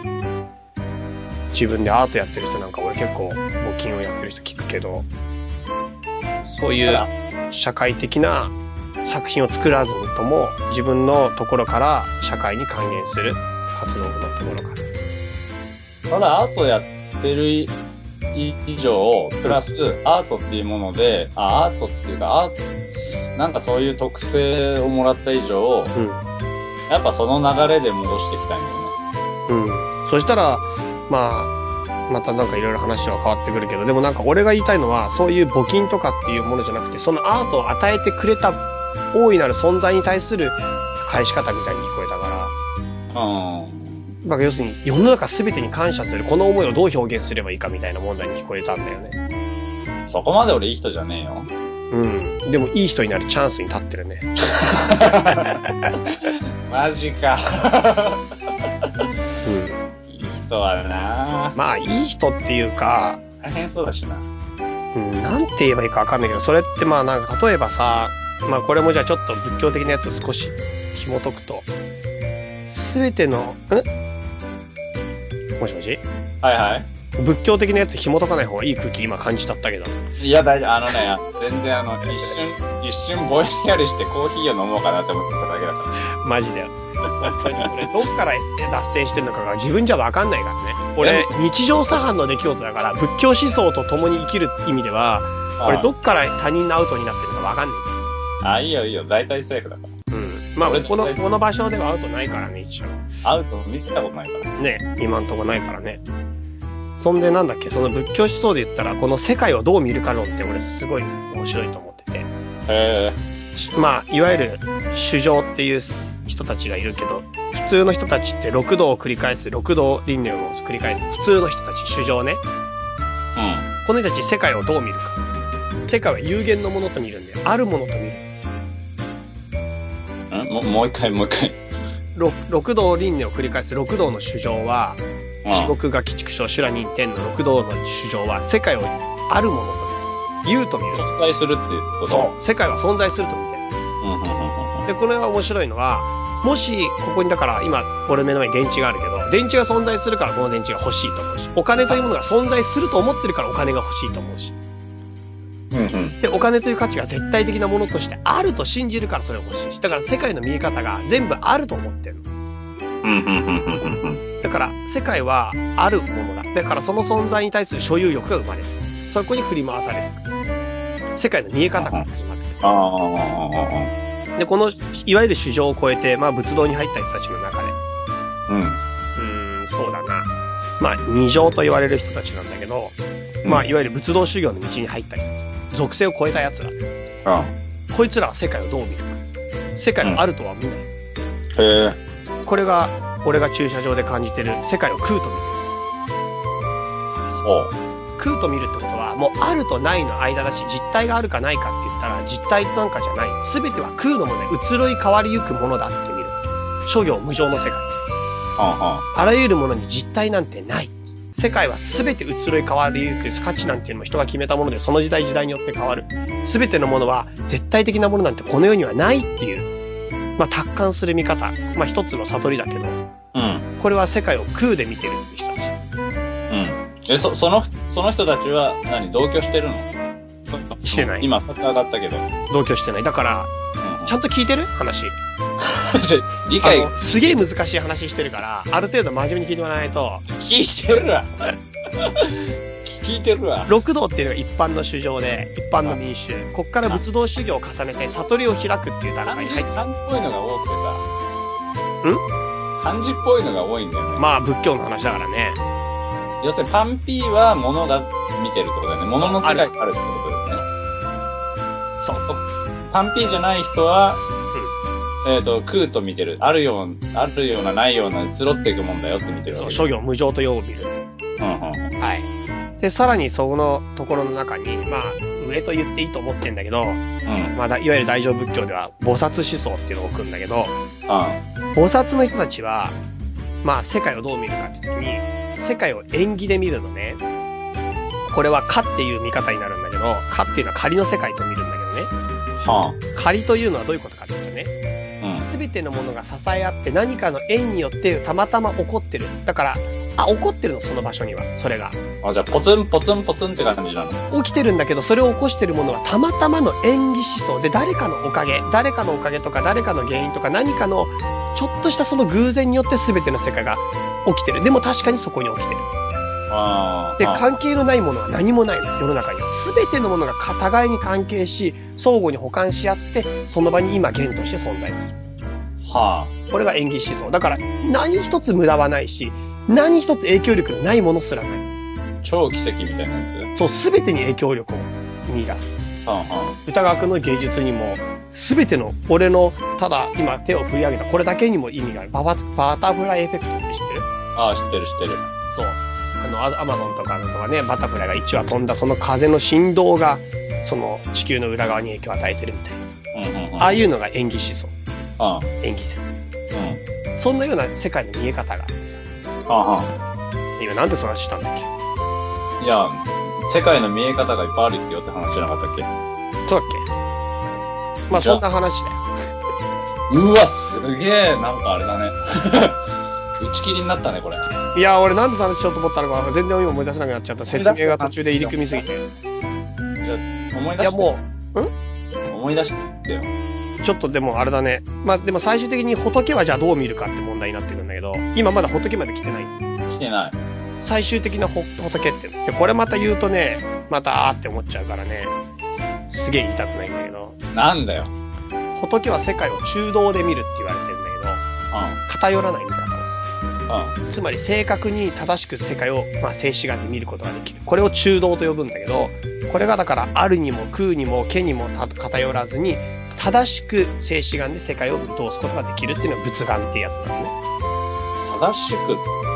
S1: 自分でアートやってる人なんか俺結構募金をやってる人聞くけど、そうい
S2: た
S1: う
S2: だ
S1: 社会的な作品を作らずとも自分のところから社会に還元する活動のところから。
S2: ただアートやってるい以上、プラスアートっていうもので、あ、アートっていうか、アート、なんかそういう特性をもらった以上、
S1: うん。
S2: やっぱその流れで戻してきたいんだよね。
S1: うん。そしたら、まあ、またなんかいろいろ話は変わってくるけど、でもなんか俺が言いたいのは、そういう募金とかっていうものじゃなくて、そのアートを与えてくれた大いなる存在に対する返し方みたいに聞こえたから、
S2: うん。
S1: まあ要するに世の中全てに感謝する、この思いをどう表現すればいいかみたいな問題に聞こえたんだよね。
S2: そこまで俺いい人じゃねえよ。
S1: うん。でもいい人になるチャンスに立ってるね。
S2: マジか。
S1: うん。
S2: いい人はな
S1: まあいい人っていうか、
S2: 大変そうだしな。うん。
S1: うん、なんて言えばいいかわかんないけど、それってまあなんか例えばさ、まあこれもじゃあちょっと仏教的なやつ少し紐解くと、すべての、んもしもし
S2: はいはい。
S1: 仏教的なやつ紐解かない方がいい空気今感じたったけど。
S2: いや、大丈夫。あのね、全然あの、一瞬、一瞬ぼんやりしてコーヒーを飲もうかなって思ってただけだか
S1: マジで。本当に俺どっから脱線してんのかが自分じゃわかんないからね。
S2: え
S1: 俺日常茶飯の出来事だから、仏教思想と共に生きる意味では、
S2: ら。
S1: 俺ど
S2: っ
S1: っから他人のアウトになってるのかわかんない。
S2: あ、いいよいいよ。大体セーフだか
S1: うん。まあ
S2: 俺
S1: この、この場所ではアウトないからね、一応。
S2: ら。アウト見たことないから。
S1: ね、今んとこないからね。そんでなんだっけ、その仏教思想で言ったら、この世界をどう見るか論って俺すごい面白いと思ってて。
S2: へえ。
S1: しまあ、いわゆる主情っていう人たちがいるけど、普通の人たちって六道を繰り返す、六道輪廻を繰り返す、普通の人たち、主情ね。
S2: うん。
S1: この人たち世界をどう見るか。世界は有限のものと見るんで、あるものと見る。
S2: んももう一回、もう一回。
S1: 六六道輪廻を繰り返す六道の主情は、
S2: うん
S1: 地獄が鬼畜生、修羅人天の六道の主情は、世界をあるものと見る。言うと見る。
S2: 存在するっていうこと
S1: そう。世界は存在すると見て
S2: うん。うんうんうんうん。
S1: る。で、これが面白いのは、もし、ここにだから、今、俺目の前に電池があるけど、電池が存在するからこの電池が欲しいと思うし、お金というものが存在すると思ってるからお金が欲しいと思うし、
S2: うんうん。
S1: で、お金という価値が絶対的なものとしてあると信じるからそれが欲しいし、だから世界の見え方が全部あると思ってるの。
S2: うんうんうんうんうんうん。
S1: だから、世界はあるものだ。だから、その存在に対する所有欲が生まれる。そこに振り回される。世界の見え方から始まる。
S2: ああ。
S1: で、この、いわゆる市場を超えて、まあ、仏道に入った人たちの中で、う
S2: うん。
S1: ーん、そうだな。まあ、二乗と言われる人たちなんだけど、まあ、いわゆる仏道修行の道に入った人たち。属性を超えた奴ら。
S2: あ
S1: こいつらは世界をどう見るか。世界があるとは見ない。
S2: へえ。
S1: これが、俺が駐車場で感じてる、世界を空と見る。
S2: おう。
S1: 空と見るってことは、もうあるとないの間だし、実体があるかないかって言ったら、実体なんかじゃない。すべては空のもので、移ろい変わりゆくものだって見るわけ。諸行無常の世界。
S2: は
S1: あらゆるものに実体なんてない。世界は全て移ろい変わりゆく価値なんていうのも人が決めたもので、その時代時代によって変わる。全てのものは絶対的なものなんてこの世にはないっていう、まあ達観する見方。まあ一つの悟りだけど、
S2: んはん。
S1: これは世界を空で見てるって人たち。
S2: うん。うん。え、そ、その、その人たちは何、同居してるの
S1: してない
S2: 今、二つ上がったけど。
S1: 同居してない。だから、
S2: うん
S1: ちゃんと聞いてる話。
S2: ちょ理
S1: あ
S2: 解
S1: の、すげえ難しい話してるから、ある程度真面目に聞いてもらわないと、
S2: 聞いてるわ。 <laughs> 聞いてるわ。
S1: 六道っていうのが一般の主情で、一般の民衆。こっから仏道修行を重ねて悟りを開くっていう段
S2: 漢
S1: 階に
S2: 字、
S1: 入って
S2: 漢字っぽいのが多くてさ。ん漢字っぽいのが多いんだよね。
S1: まあ仏教の話だからね。
S2: 要するに、パンピーは物が見てるってことだよね。物の世界があるってことだよね。
S1: そう。
S2: 単品じゃない人は、えっ、と、空と見てる。あるよう、あるような、ないような、移ろっていくもんだよって見てるわ
S1: そう、
S2: け。
S1: 諸行無常と用を見る。
S2: うんうんうん。
S1: はい。で、さらにそのところの中に、まあ、上と言っていいと思ってんだけど、
S2: うん。
S1: まあ、だいわゆる大乗仏教では菩薩思想っていうのを置くんだけど、
S2: あ
S1: 菩薩の人たちは、まあ、世界をどう見るかって時に、世界を縁起で見るのね。これはかっていう見方になるんだけど、かっていうのは仮の世界と見るんだけどね。
S2: は
S1: 仮というのはどういうことかっていうとね、
S2: あ。うん。
S1: すべてのものが支え合って何かの縁によってたまたま起こってる。だから、あ、起こってるの、その場所には。それが。
S2: あ、じゃあ、ポツンポツンポツンって感じなの。
S1: 起きてるんだけど、それを起こしてるものはたまたまの縁起思想で、誰かのおかげ、誰かのおかげとか、誰かの原因とか、何かの、ちょっとしたその偶然によって全ての世界が起きてる。でも確かにそこに起きてる。
S2: ああ。
S1: で、
S2: ああ
S1: 関係のないものは何もないの世の中には。全てのものが互いに関係し、相互に補完し合って、その場に今、現として存在する。
S2: は
S1: これが縁起思想。だから、何一つ無駄はないし、何一つ影響力のないものすらない。
S2: あ。超奇跡みたいなやつ。うんうん。
S1: そう、全てに影響力を見出す。歌楽の芸術にも、すべての、俺の、ただ今手を振り上げた、これだけにも意味がある。バババタフライエフェクトって知ってる
S2: ああ、知ってる知ってる。
S1: そう。あの、アアマゾンとかのとかね、バタフライが1羽飛んだ、その風の振動が、その地球の裏側に影響を与えてるみたいな。
S2: うんうんうん。
S1: ああいうのが演技思想、
S2: あ
S1: 演技説。
S2: うん。うん。
S1: そんなような世界の見え方があるんですよ。
S2: あ
S1: 今なんでその話したんだっけ
S2: あ。いや、世界の見え方がいっぱいあるってよって話じゃなかったっけ
S1: そうだっけまあ
S2: じゃあ
S1: そんな話だよ。
S2: うわ、すげえ、なんかあれだね。 <laughs> 打ち切りになったね、これ。
S1: いや、俺なんでその話しようと思ったのか、全然今思い出せなくなっちゃった。説明が途中で入り組みすぎて。い
S2: じゃあ、思い出して。
S1: や、もう、
S2: う。思い出してよ。
S1: ちょっとでもあれだね。まあでも最終的に仏はじゃあどう見るかって問題になってくるんだけど、今まだ仏まで来てない。
S2: 来てない。
S1: 最終的なほ仏って。で、これまた言うとね、またあーって思っちゃうからね。すげえ言いたくないんだけど、
S2: なんだよ。
S1: 仏は世界を中道で見るって言われてるんだ
S2: う
S1: けど、偏らない見方を
S2: ん。うん。
S1: する。つまり正確に正しく世界を、まあ、静止眼で見ることができる。これを中道と呼ぶんだけど、これがだからあるにも空にも毛にもた偏らずに、正しく静止眼で世界を見通すことができるっていうのは仏眼ってやつなのね。
S2: 正しくって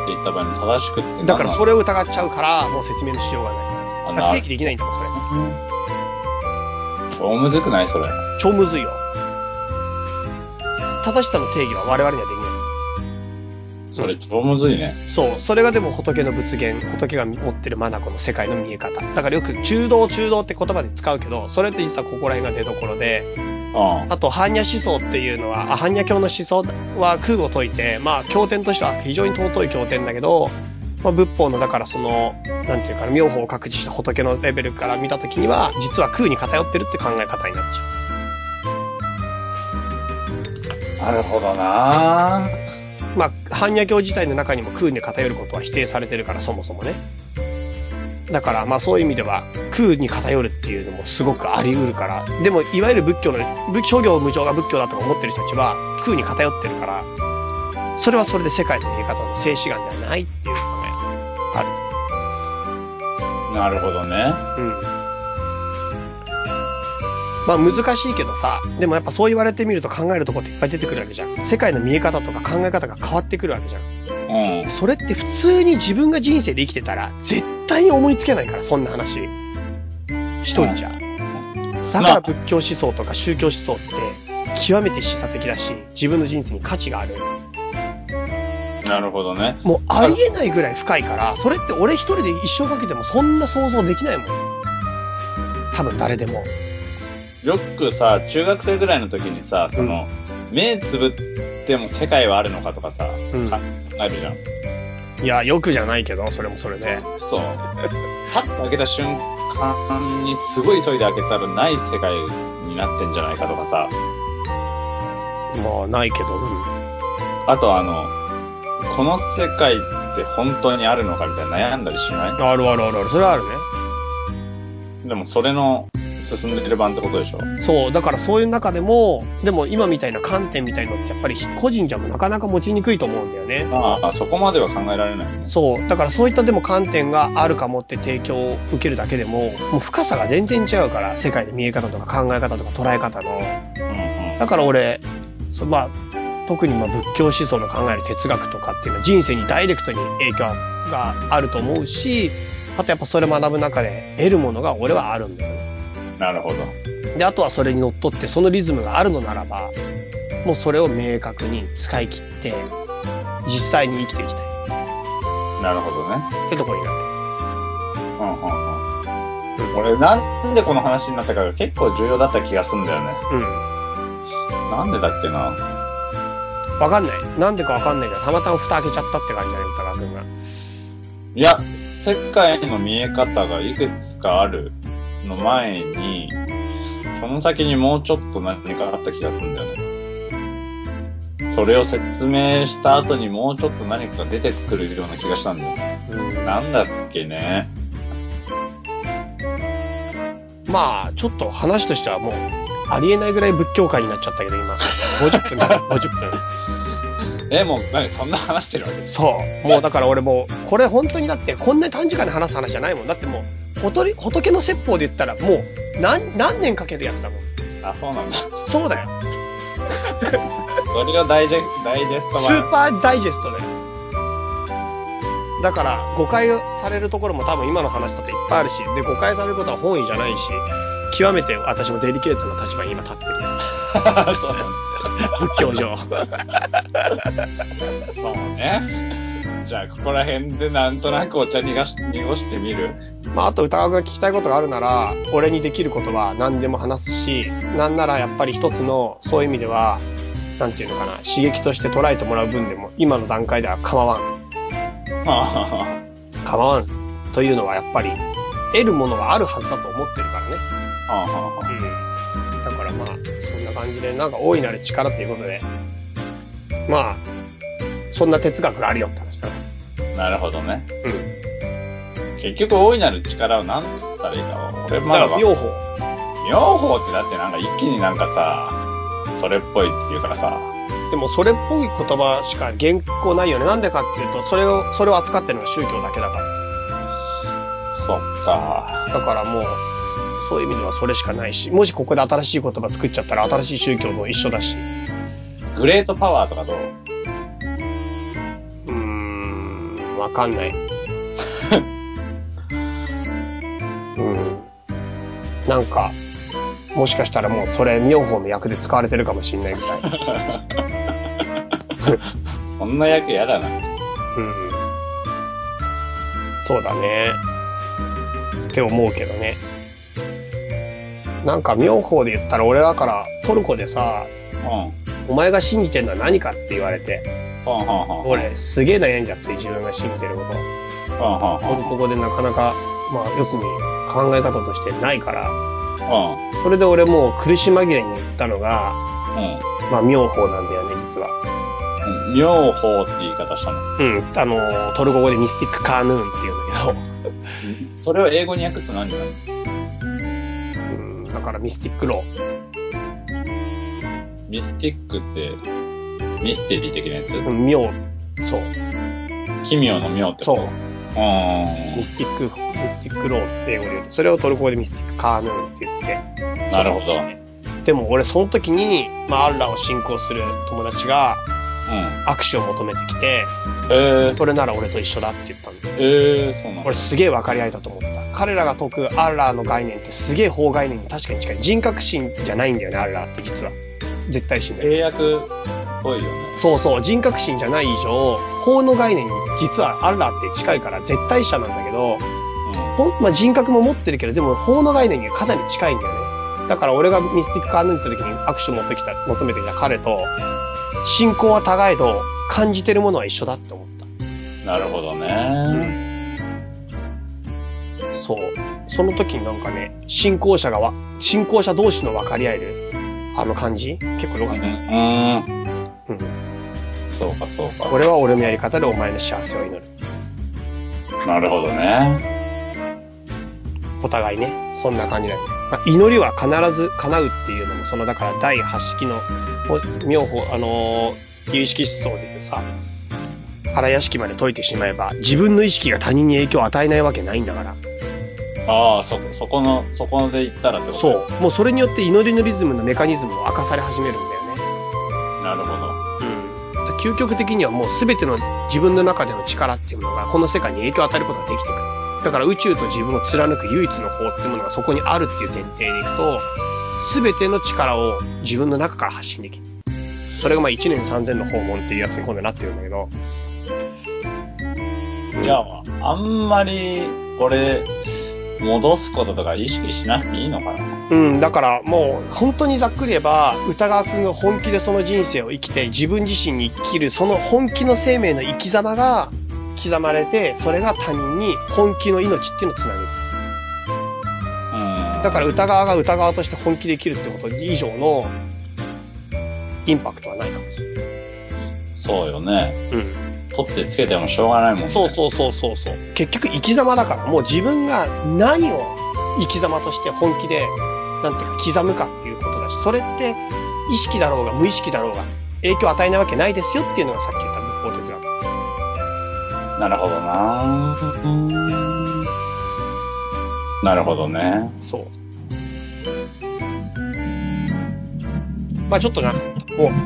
S2: 言った場合の正しくって
S1: だからそ
S2: れ、
S1: れを疑っちゃうから、もう説明のしようがない。
S2: あ
S1: だか
S2: な
S1: ら定義できないんだもん、それ。
S2: 超むずくないそれ。
S1: 超むずいよ。正しさの定義は我々にはできな
S2: それ超むずいね。
S1: い。そう。それがでも仏の仏言、仏が持ってるマナコの世界の見え方。だからよく中道中道って言葉で使うけど、それって実はここら辺が出どころで、
S2: うん。
S1: あと、般若思想っていうのは、あ般若教の思想は空を解いて、まあ、経典としては非常に尊い経典だけど、まあ、仏法の、だからその、なんていうかな、妙法を各自した仏のレベルから見たときには、実は空に偏ってるって考え方になっちゃ
S2: なるほどな
S1: う。まあ、般若教自体の中にも空に偏ることは否定されてるから、そもそもね。だから、まあそういう意味では、空に偏るっていうのもすごくあり得るから、でも、いわゆる仏教の、仏諸行無常が仏教だとか思ってる人たちは、空に偏ってるから、それはそれで世界の見え方の静止眼ではないっていう考
S2: なるほどね。
S1: え。うん。まあ難しいけどさ、でもやっぱそう言われてみると考えるとこっていっぱい出てくるわけじゃん。世界の見え方とか考え方が変わってくるわけじゃん。
S2: うん。
S1: それって普通に自分が人生で生きてたら、絶対に思いつけないから、そんな話。一人じゃ。だから仏教思想とか宗教思想って、極めて示唆的だし、自分の人生に価値がある。
S2: なるほどね。
S1: もうありえないぐらい深いから、それって俺一人で一生かけてもそんな想像できないもん。多分誰でも。
S2: よくさ、中学生ぐらいの時にさ、その、目つぶっても世界はあるのかとかさ、
S1: うん
S2: 考えるじゃん。
S1: いや、よくじゃないけど、それもそれで。
S2: そう。パッと開けた瞬間にすごい急いで開けたらない世界になってんじゃないかとかさ。
S1: まあ、ないけど、うん。
S2: あとあの、この世界って本当にあるのかみたいな悩んだりしな
S1: あるあるあるある。それはあるね。
S2: いでもそれの進んでる版ってことでしょ
S1: そう、だからそういう中でも、でも今みたいな観点みたいのってやっぱり個人じゃなかなか持ちにくいと思うんだよね。
S2: まあ、そこまでは考えられないね。
S1: そう、だからそういったでも観点があるかもって提供を受けるだけでも、もう深さが全然違うから、世界の見え方とか考え方とか捉え方の。
S2: うんうん。
S1: だから俺、そまあ、特にまあ仏教思想の考える哲学とかっていうのは人生にダイレクトに影響があると思うし、あとやっぱそれ学ぶ中で得るものが俺はあるんだよね。
S2: なるほど。
S1: で、あとはそれにのっとって、そのリズムがあるのならば、もうそれを明確に使い切って、実際に生きていきたい
S2: なるほどね。
S1: ってとこになっ
S2: うんうん
S1: て
S2: うん。
S1: る。
S2: 俺、なんでこの話になったかが結構重要だった気がすんだよね。
S1: うん。
S2: なんでだっけな。
S1: わかんない。なんでかわかんないけど、たまたま蓋開けちゃったって感じだね、歌川くんが。
S2: いや、世界の見え方がいくつかあるの前に、その先にもうちょっと何かあった気がするんだよね。それを説明した後にもうちょっと何かが出てくるような気がしたんだよね。
S1: うん。
S2: なんだっけね。
S1: まあ、ちょっと話としてはもう、ありえないぐらい仏教界になっちゃったけど、今。50分だよ、50分。
S2: え、もう何そんな話してるわけ
S1: そう。もうだから俺もう、これ本当にだって、こんなに短時間で話す話じゃないもん。だってもう、ほとり、仏の説法で言ったら、もう、何、何年かけるやつだもん。
S2: あ、そうなんだ。
S1: そうだよ。
S2: それをダイジェダイジェスト
S1: スー
S2: 版。
S1: パーダイジェストだよ。だから、誤解されるところも多分今の話だといっぱいあるし、で、誤解されることは本意じゃないし、極めて私もデリケートな立場に今立ってる。
S2: そうなん
S1: 仏教上。
S2: だ。そうね。 <laughs> じゃあ、ここら辺でなんとなくお茶濁し濁してみる
S1: <laughs> まあ、あと歌川が聞きたいことがあるなら、俺にできることは何でも話すし、なんならやっぱり一つの、そういう意味では、なんていうのかな、刺激として捉えてもらう分でも、今の段階では構わん。
S2: あ
S1: 構わん。というのはやっぱり、得るものはあるはずだと思ってるからね。
S2: あ、あ
S1: う
S2: あ。
S1: ん。だからまあ、そんな感じで、なんか大いなる力っていうことで、まあ、そんな哲学があるよって話だな。
S2: なるほどね。
S1: うん。
S2: 結局、大いなる力を何つったらいいか、俺ま
S1: だ
S2: だ
S1: から、妙
S2: わ、
S1: 法。
S2: 妙法ってだってなんか一気になんかさ、それっぽいっていうからさ、
S1: でも、それっぽい言葉しか原稿ないよね。なんでかっていうと、それを、それを扱ってるのが宗教だけだから。
S2: そっか。
S1: だからもう、そういう意味ではそれしかないし、もしここで新しい言葉作っちゃったら、新しい宗教と一緒だし。
S2: グレートパワーとかどう
S1: うーん、わかんない。うん。なんか、もしかしたらもうそれ、妙法の役で使われてるかもしんないみたい。
S2: そんな役やだな。
S1: うん。そうだね。って思うけどね。なんか妙法で言ったら俺だからトルコでさ、
S2: うん。
S1: お前が信じてるのは何かって言われて、
S2: ほんほんほん。ほん
S1: 俺すげえ悩んじゃって自分が信じてること。
S2: ほんほ
S1: ト
S2: ん
S1: ルコ語でなかなか、まあ、要するに考え方としてないから、
S2: ほん。うん。
S1: それで俺もう苦し紛れに言ったのが、
S2: うん。
S1: まあ、妙法なんだよね、実は。
S2: うん妙法って言い方したの。
S1: うん、あの、トルコ語でミスティックカーヌーンって言うんだ
S2: それを英語に訳すと何になる
S1: けど、うん、だからミスティックロー。
S2: ミスティックって、ミステリー的なやつ
S1: うん、妙、そう、
S2: 奇妙の妙って
S1: そう
S2: う。、う
S1: ミ
S2: ん。
S1: スティック、ミスティックローって英語で言うと、それをトルコ語でミスティックカーヌーンって言って、
S2: なるほど。うん。
S1: でも俺その時に、まあ、アッラーを信仰する友達が握手を求めてきて、
S2: えー、
S1: それなら俺と一緒だって言ったんだよ
S2: えー、そうなんだ
S1: 俺。すげえ分かり合えたと思った。彼らが解くアッラーの概念ってすげえ法概念に確かに近い。人格心じゃないんだよね、アッラーって実は。絶対心だよ。
S2: 英訳っぽいよね。
S1: そうそう、人格心じゃない以上、法の概念に実はアッラーって近いから絶対者なんだけど、ほんまあ、人格も持ってるけど、でも法の概念にはかなり近いんだよね。だから俺がミスティックカーヌンって時に握手を持ってきた、求めてきた彼と、信仰は互いと感じてるものは一緒だって思った。
S2: うん。なるほどね。
S1: そう。その時になんかね、信仰者がわ、信仰者同士の分かり合える、あの感じ結構良
S2: う
S1: かっ
S2: ん。
S1: た。
S2: うん。
S1: うん。
S2: そうか、そうか。
S1: 俺は俺のやり方でお前の幸せを祈る。
S2: なるほどね。
S1: お互いね、そんな感じだよね。まあ、祈りは必ず叶うっていうのも、そのだから第8式のお妙法、あのー、有意識思想でいうさ、腹屋敷まで解いてしまえば、自分の意識が他人に影響を与えないわけないんだから。
S2: ああ、そ、そこの、そこで言ったらってこと
S1: そう。もうそれによって祈りのリズムのメカニズムを明かされ始めるんだよね。
S2: う。なるほど。
S1: うん。究極的にはもう全ての自分の中での力っていうものがこの世界に影響を与えることができてくる。だから宇宙と自分を貫く唯一の法っていうものがそこにあるっていう前提でいくと、全ての力を自分の中から発信できる。それがまあ1年3000の訪問っていうやつに今度なってるんだけど。
S2: じゃあ、あんまり、これ、戻すこととか意識しなくていいのかな
S1: うん、だからもう本当にざっくり言えば、歌川くんが本気でその人生を生きて、自分自身に生きる、その本気の生命の生き様が刻まれて、それが他人に本気の命っていうのをつなげる。
S2: うん。
S1: だから歌川が歌川として本気で生きるってこと以上のインパクトはないかもしれない。
S2: そうよね。
S1: うん。
S2: 取ってつけてもしょうがないもんね。
S1: そうそうそうそうそう。結局生き様だから、もう自分が何を生き様として本気で、なんていうか刻むかっていうことだし、それって意識だろうが無意識だろうが影響を与えないわけないですよっていうのがさっき言った仏法哲学。
S2: なるほどななるほどね。
S1: そう。まあちょっとな、もう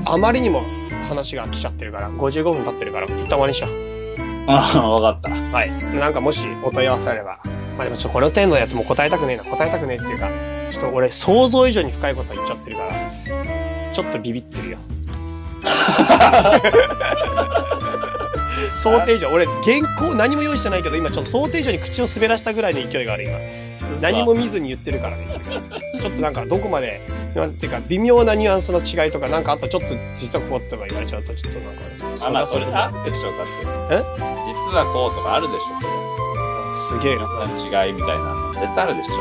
S1: あまりにも話が来ちゃってるから、55分経ってるから、一旦終わりにしよう。
S2: あわかった。
S1: はい。なんかもしお問い合わせあれば。まあでもちょっとこの程度のやつも答えたくねえな、答えたくねえっていうか、ちょっと俺想像以上に深いこと言っちゃってるから、ちょっとビビってるよ。想定以上、俺原稿何も用意してないけど、今ちょっと想定以上に口を滑らしたぐらいの勢いがある今。何も見ずに言ってるからね。ちょっとなんかどこまで、なんていうか微妙なニュアンスの違いとか、なんかあとちょっと実はこうとか言われちゃうと、ちょっとなんか、
S2: あ、
S1: そ
S2: まあ、
S1: な
S2: それあるでしょ、だって。
S1: え
S2: 実はこうとかあるでしょ、それ。
S1: すげえな。
S2: の違いみたいなの。絶対あるでしょ。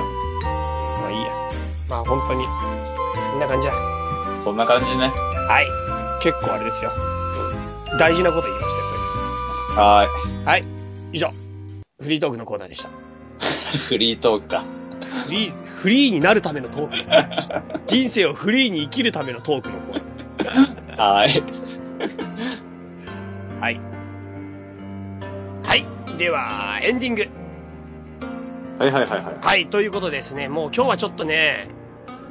S1: まあいいや。まあ本当に、こんな感じだ。
S2: そんな感じね。
S1: はい。結構あれですよ。大事なこと言いましたよ、それ。
S2: は
S1: 以上。フリートークのコーナーでした。
S2: ーい。フリートークか。
S1: フリー、フリーになるためのトーク。人生をフリーに生きるためのトークのコーナ
S2: はーい。
S1: ー。はい。はい。では、エンディング。
S2: はいはいはいはい。
S1: はい、ということでですね、もう今日はちょっとね、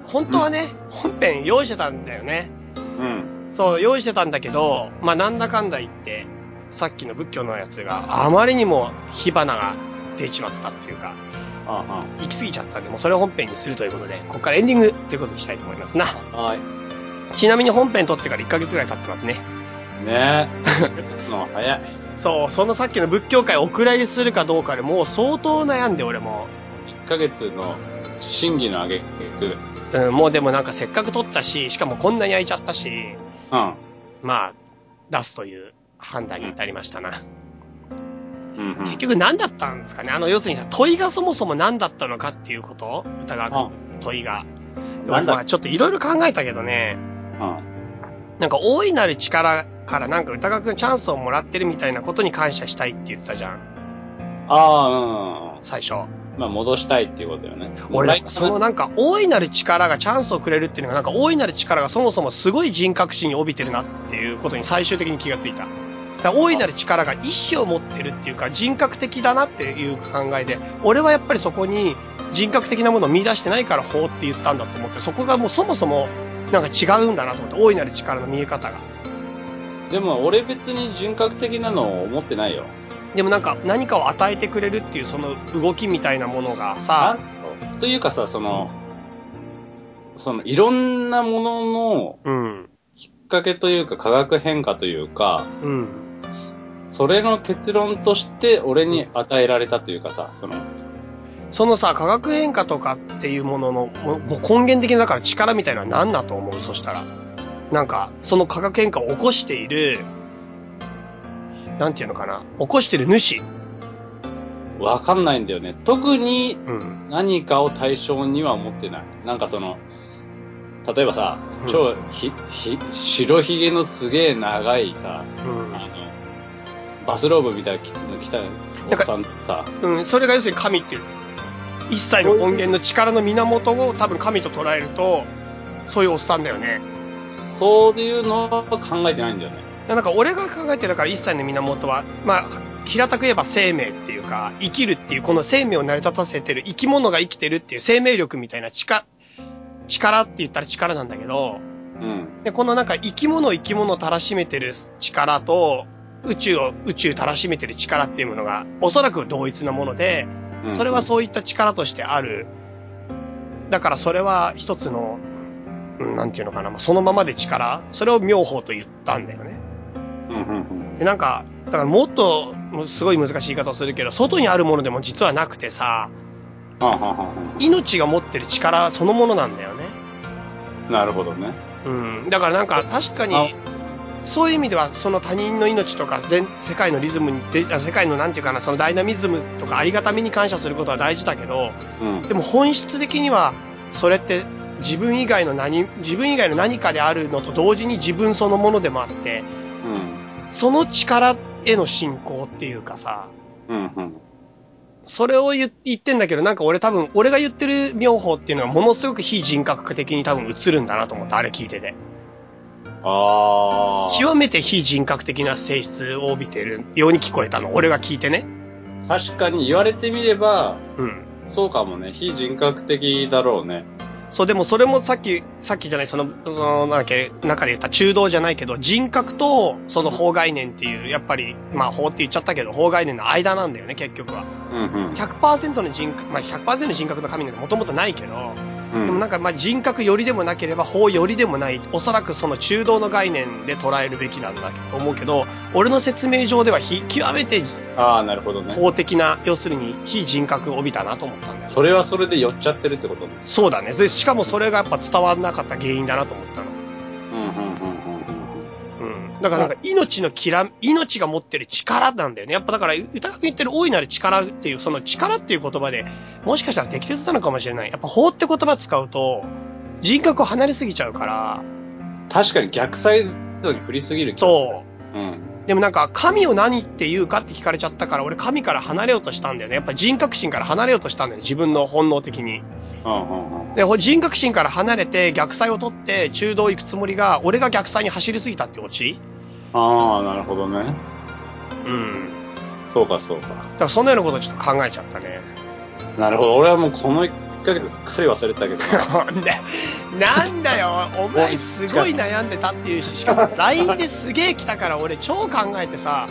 S1: 本当はね、本編用意してたんだよね。
S2: うん。
S1: そう、用意してたんだけど、まあ、なんだかんだ言って、さっきの仏教のやつがあまりにも火花が出ちまったっていうか、
S2: あ
S1: 行き過ぎちゃったんで、もうそれを本編にするということで、ここからエンディングということにしたいと思いますな。
S2: あ。はい。
S1: ちなみに本編撮ってから1ヶ月ぐらい経ってますね。
S2: ねえ。打つのは早い。
S1: そう、そのさっきの仏教界お蔵入りするかどうかでもう相当悩んで俺も。
S2: 1ヶ月の審議の挙げ句。
S1: うん、もうでもなんかせっかく撮ったし、しかもこんなに空いちゃったし、
S2: うん。
S1: まあ、出すという判断に至りましたな。
S2: うんうん。
S1: 結局何だったんですかねあの、要するにさ、問いがそもそも何だったのかっていうこと歌川君の問いが。で
S2: なんだ
S1: まあちょっといろいろ考えたけどね、
S2: うん。
S1: なんか大いなる力からなんか歌川くんチャンスをもらってるみたいなことに感謝したいって言ってたじゃん、
S2: ああ、うん。
S1: 最初。
S2: まあ、戻したいっていうことよね。
S1: 俺
S2: も、う
S1: そのなんか大いなる力がチャンスをくれるっていうのがなんか大いなる力がそもそもすごい人格心に帯びてるなっていうことに最終的に気がついた。だから大いなる力が意志を持ってるっていうか人格的だなっていう考えで、俺はやっぱりそこに人格的なものを見出してないから法って言ったんだと思って、そこがもうそもそもなんか違うんだなと思って、大いなる力の見え方が。
S2: でも俺別に人格的なのを思ってないよ。
S1: でもなんか何かを与えてくれるっていうその動きみたいなものがさ、
S2: というかさ、その、そのいろんなものの
S1: うん、
S2: きっかけというか化学変化というか、
S1: うん、
S2: それの結論として俺に与えられたというかさ、その、
S1: そのさ、化学変化とかっていうものの、ももう根源的なだから力みたいなのは何だと思うそしたら。なんか、その化学変化を起こしている、なんていうのかな、起こしている主。
S2: わかんないんだよね。特に
S1: うん、
S2: 何かを対象には思ってない。なんかその、例えばさ、超、ひ、ひ、白ひげのすげえ長いさ、
S1: うん
S2: あの、バスローブみたいなの着たおっさんとかさ、
S1: うん、それが要するに神っていう一切の根源の力の源を多分神と捉えると、そういうおっさんだよね。
S2: そういうのは考えてないんだよね。
S1: なんか俺が考えてるだから一切の源は、まあ、平たく言えば生命っていうか、生きるっていう、この生命を成り立たせてる、生き物が生きてるっていう生命力みたいな力、力って言ったら力なんだけど、
S2: うん。
S1: で、このなんか生き物を生き物をたらしめてる力と、宇宙を宇宙たらしめてる力っていうものが、おそらく同一なもので、
S2: うん
S1: それはそういった力としてある。だからそれは一つの、うんなんていうのかな、まあそのままで力、それを妙法と言ったんだよね。
S2: うんうん
S1: で、なんか、だからもっと、もうすごい難しい言い方をするけど、外にあるものでも実はなくてさ、
S2: うん。はあはあは
S1: 命が持ってる力そのものなんだよね。
S2: あなるほどね。
S1: うん。だからなんか確か
S2: あ
S1: に、そういう意味では、その他人の命とか全、世界のリズムにで、あ世界のなんていうかな、そのダイナミズムとかありがたみに感謝することは大事だけど、
S2: うん。
S1: でも本質的には、それって自分以外の何、自分以外の何かであるのと同時に自分そのものでもあって、
S2: うん。
S1: その力への信仰っていうかさ、
S2: うんうん。
S1: それを言言ってんだけど、なんか俺多分、俺が言ってる妙法っていうのはものすごく非人格的に多分映るんだなと思った、あれ聞いてて。
S2: ああ。
S1: 極めて非人格的な性質を帯びてるように聞こえたの、俺が聞いてね。
S2: 確かに言われてみれば、
S1: うん。
S2: そうかもね。非人格的だろうね。
S1: そう、でもそれもさっき、さっきじゃない、その、その、なんだっけ、中で言った中道じゃないけど、人格と、その法概念っていう、やっぱり、まあ法って言っちゃったけど、法概念の間なんだよね、結局は。
S2: うん
S1: 100%の人格、まあ100%の人格の神なんてもともとないけど、
S2: うん。
S1: でもなんか、まあ人格よりでもなければ法よりでもない、おそらくその中道の概念で捉えるべきなんだと思うけど、俺の説明上では非、極めて
S2: ああ、なるほどね。
S1: 法的な、要するに非人格を帯びたなと思ったんだよね。
S2: それはそれで寄っちゃってるってことね。
S1: そうだね。で、しかもそれがやっぱ伝わんなかった原因だなと思ったの。
S2: うんうんうんうんうん
S1: うん。だからなんか命のきら、命が持ってる力なんだよね。やっぱだから、歌く言ってる大いなる力っていう、その力っていう言葉で、もしかしたら適切なのかもしれない。やっぱ法って言葉使うと、人格を離れすぎちゃうから、
S2: うん。確かに逆サイドに振りすぎる気がする
S1: そう。
S2: うん。
S1: でもなんか、神を何って言うかって聞かれちゃったから、俺神から離れようとしたんだよね。やっぱ人格心から離れようとしたんだよね。自分の本能的に。
S2: うんうんうん。
S1: で、ほ人格心から離れて逆祭を取って中道行くつもりが、俺が逆祭に走りすぎたってオチ
S2: ああ、なるほどね。
S1: うん。
S2: そうかそうか。
S1: だからそんなようなことをちょっと考えちゃったね。
S2: なるほど。俺はもうこの1ヶ月すっかり忘れてたけど <laughs> な。
S1: なんだよ、お前すごい悩んでたっていうし、しかも LINE ですげえ来たから俺超考えてさ、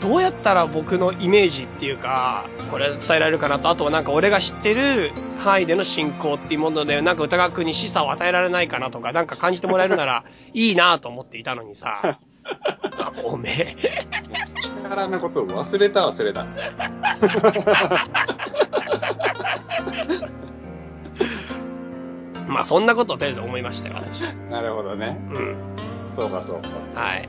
S1: どうやったら僕のイメージっていうか、これ伝えられるかなと、あとはなんか俺が知ってる範囲での進行っていうもので、なんか歌川くんに示唆を与えられないかなとか、なんか感じてもらえるならいいなと思っていたのにさ、あおめえ、
S2: 力のことを忘れた忘れた。
S1: まあそんなことをとりあえず思いましたよ、私。
S2: なるほどね。
S1: うん。
S2: そうかそうか。
S1: はい。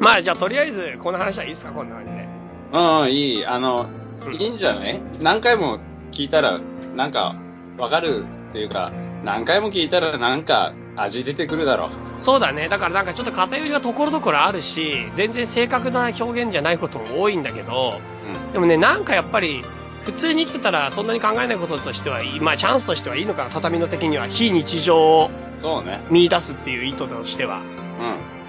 S1: まあじゃあとりあえず、この話はいいですか、こんな感じで。
S2: うん、いい。あの、
S1: うん
S2: いいんじゃない何回も聞いたら、なんか、わかるっていうか、何回も聞いたらなんか味出てくるだろう。
S1: そうだね。だからなんかちょっと偏りがところどころあるし、全然正確な表現じゃないことも多いんだけど、でもね、なんかやっぱり、普通に生きてたらそんなに考えないこととしては、まあチャンスとしてはいいのかな。畳の的には非日常を
S2: うん。そうね。
S1: 見出すっていう意図としては。
S2: うん。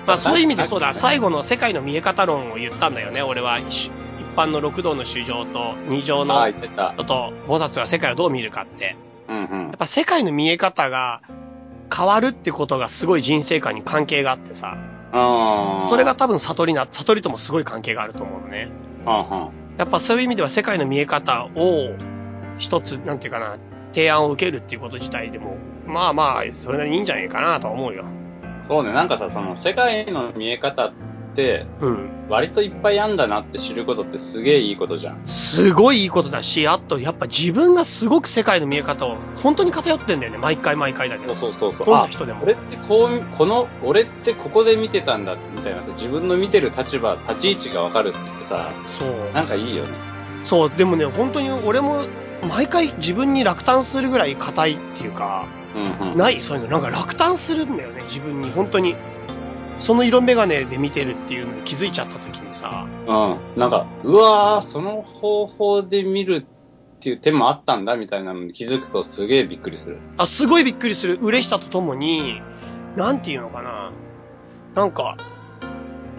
S1: まあそういう意味でそうだ、
S2: 確か
S1: 最後の世界の見え方論を言ったんだよね。俺は一一般の六道の衆生と二乗
S2: ああ、
S1: の
S2: 言ってた。
S1: 人と菩薩が世界をどう見るかって。
S2: うんう
S1: や
S2: ん
S1: っ。ぱ世界の見え方が変わるってことがすごい人生観に関係があってさ。
S2: ああ。
S1: それが、多分悟りな、悟りともすごい関係があると思うのね。
S2: はんはん。
S1: やっぱそういう意味では世界の見え方を一つ、なんていうかな、提案を受けるっていうこと自体でも、まあまあ、それなりにいいんじゃないかなとは思うよ。
S2: そうね。なんかさ、その世界の見え方って、
S1: うん。
S2: 割といっぱいあんだなって知ることってすげえいいことじゃん。
S1: すごいいいことだし、あとやっぱ自分がすごく世界の見え方を本当に偏ってんだよね。毎回毎回だけ
S2: そう
S1: ど。
S2: そうそうそう。
S1: どんな
S2: あ
S1: 人でも
S2: 俺ってこう、この、俺ってここで見てたんだ、みたいなさ、自分の見てる立場、立ち位置がわかるってさ、
S1: そう。
S2: なんかいいよね。
S1: そう、でもね、本当に俺も毎回自分に落胆するぐらい硬いっていうか、
S2: うんうん。
S1: ない、そういうの。なんか落胆するんだよね、自分に。本当に。その色眼鏡で見てるっていうのに気づいちゃった時にさ。
S2: うん。なんか、うわー、その方法で見るっていう手もあったんだみたいなのに気づくとすげえびっくりする。
S1: あ、すごいびっくりする。嬉しさとともに、なんていうのかな。なんか、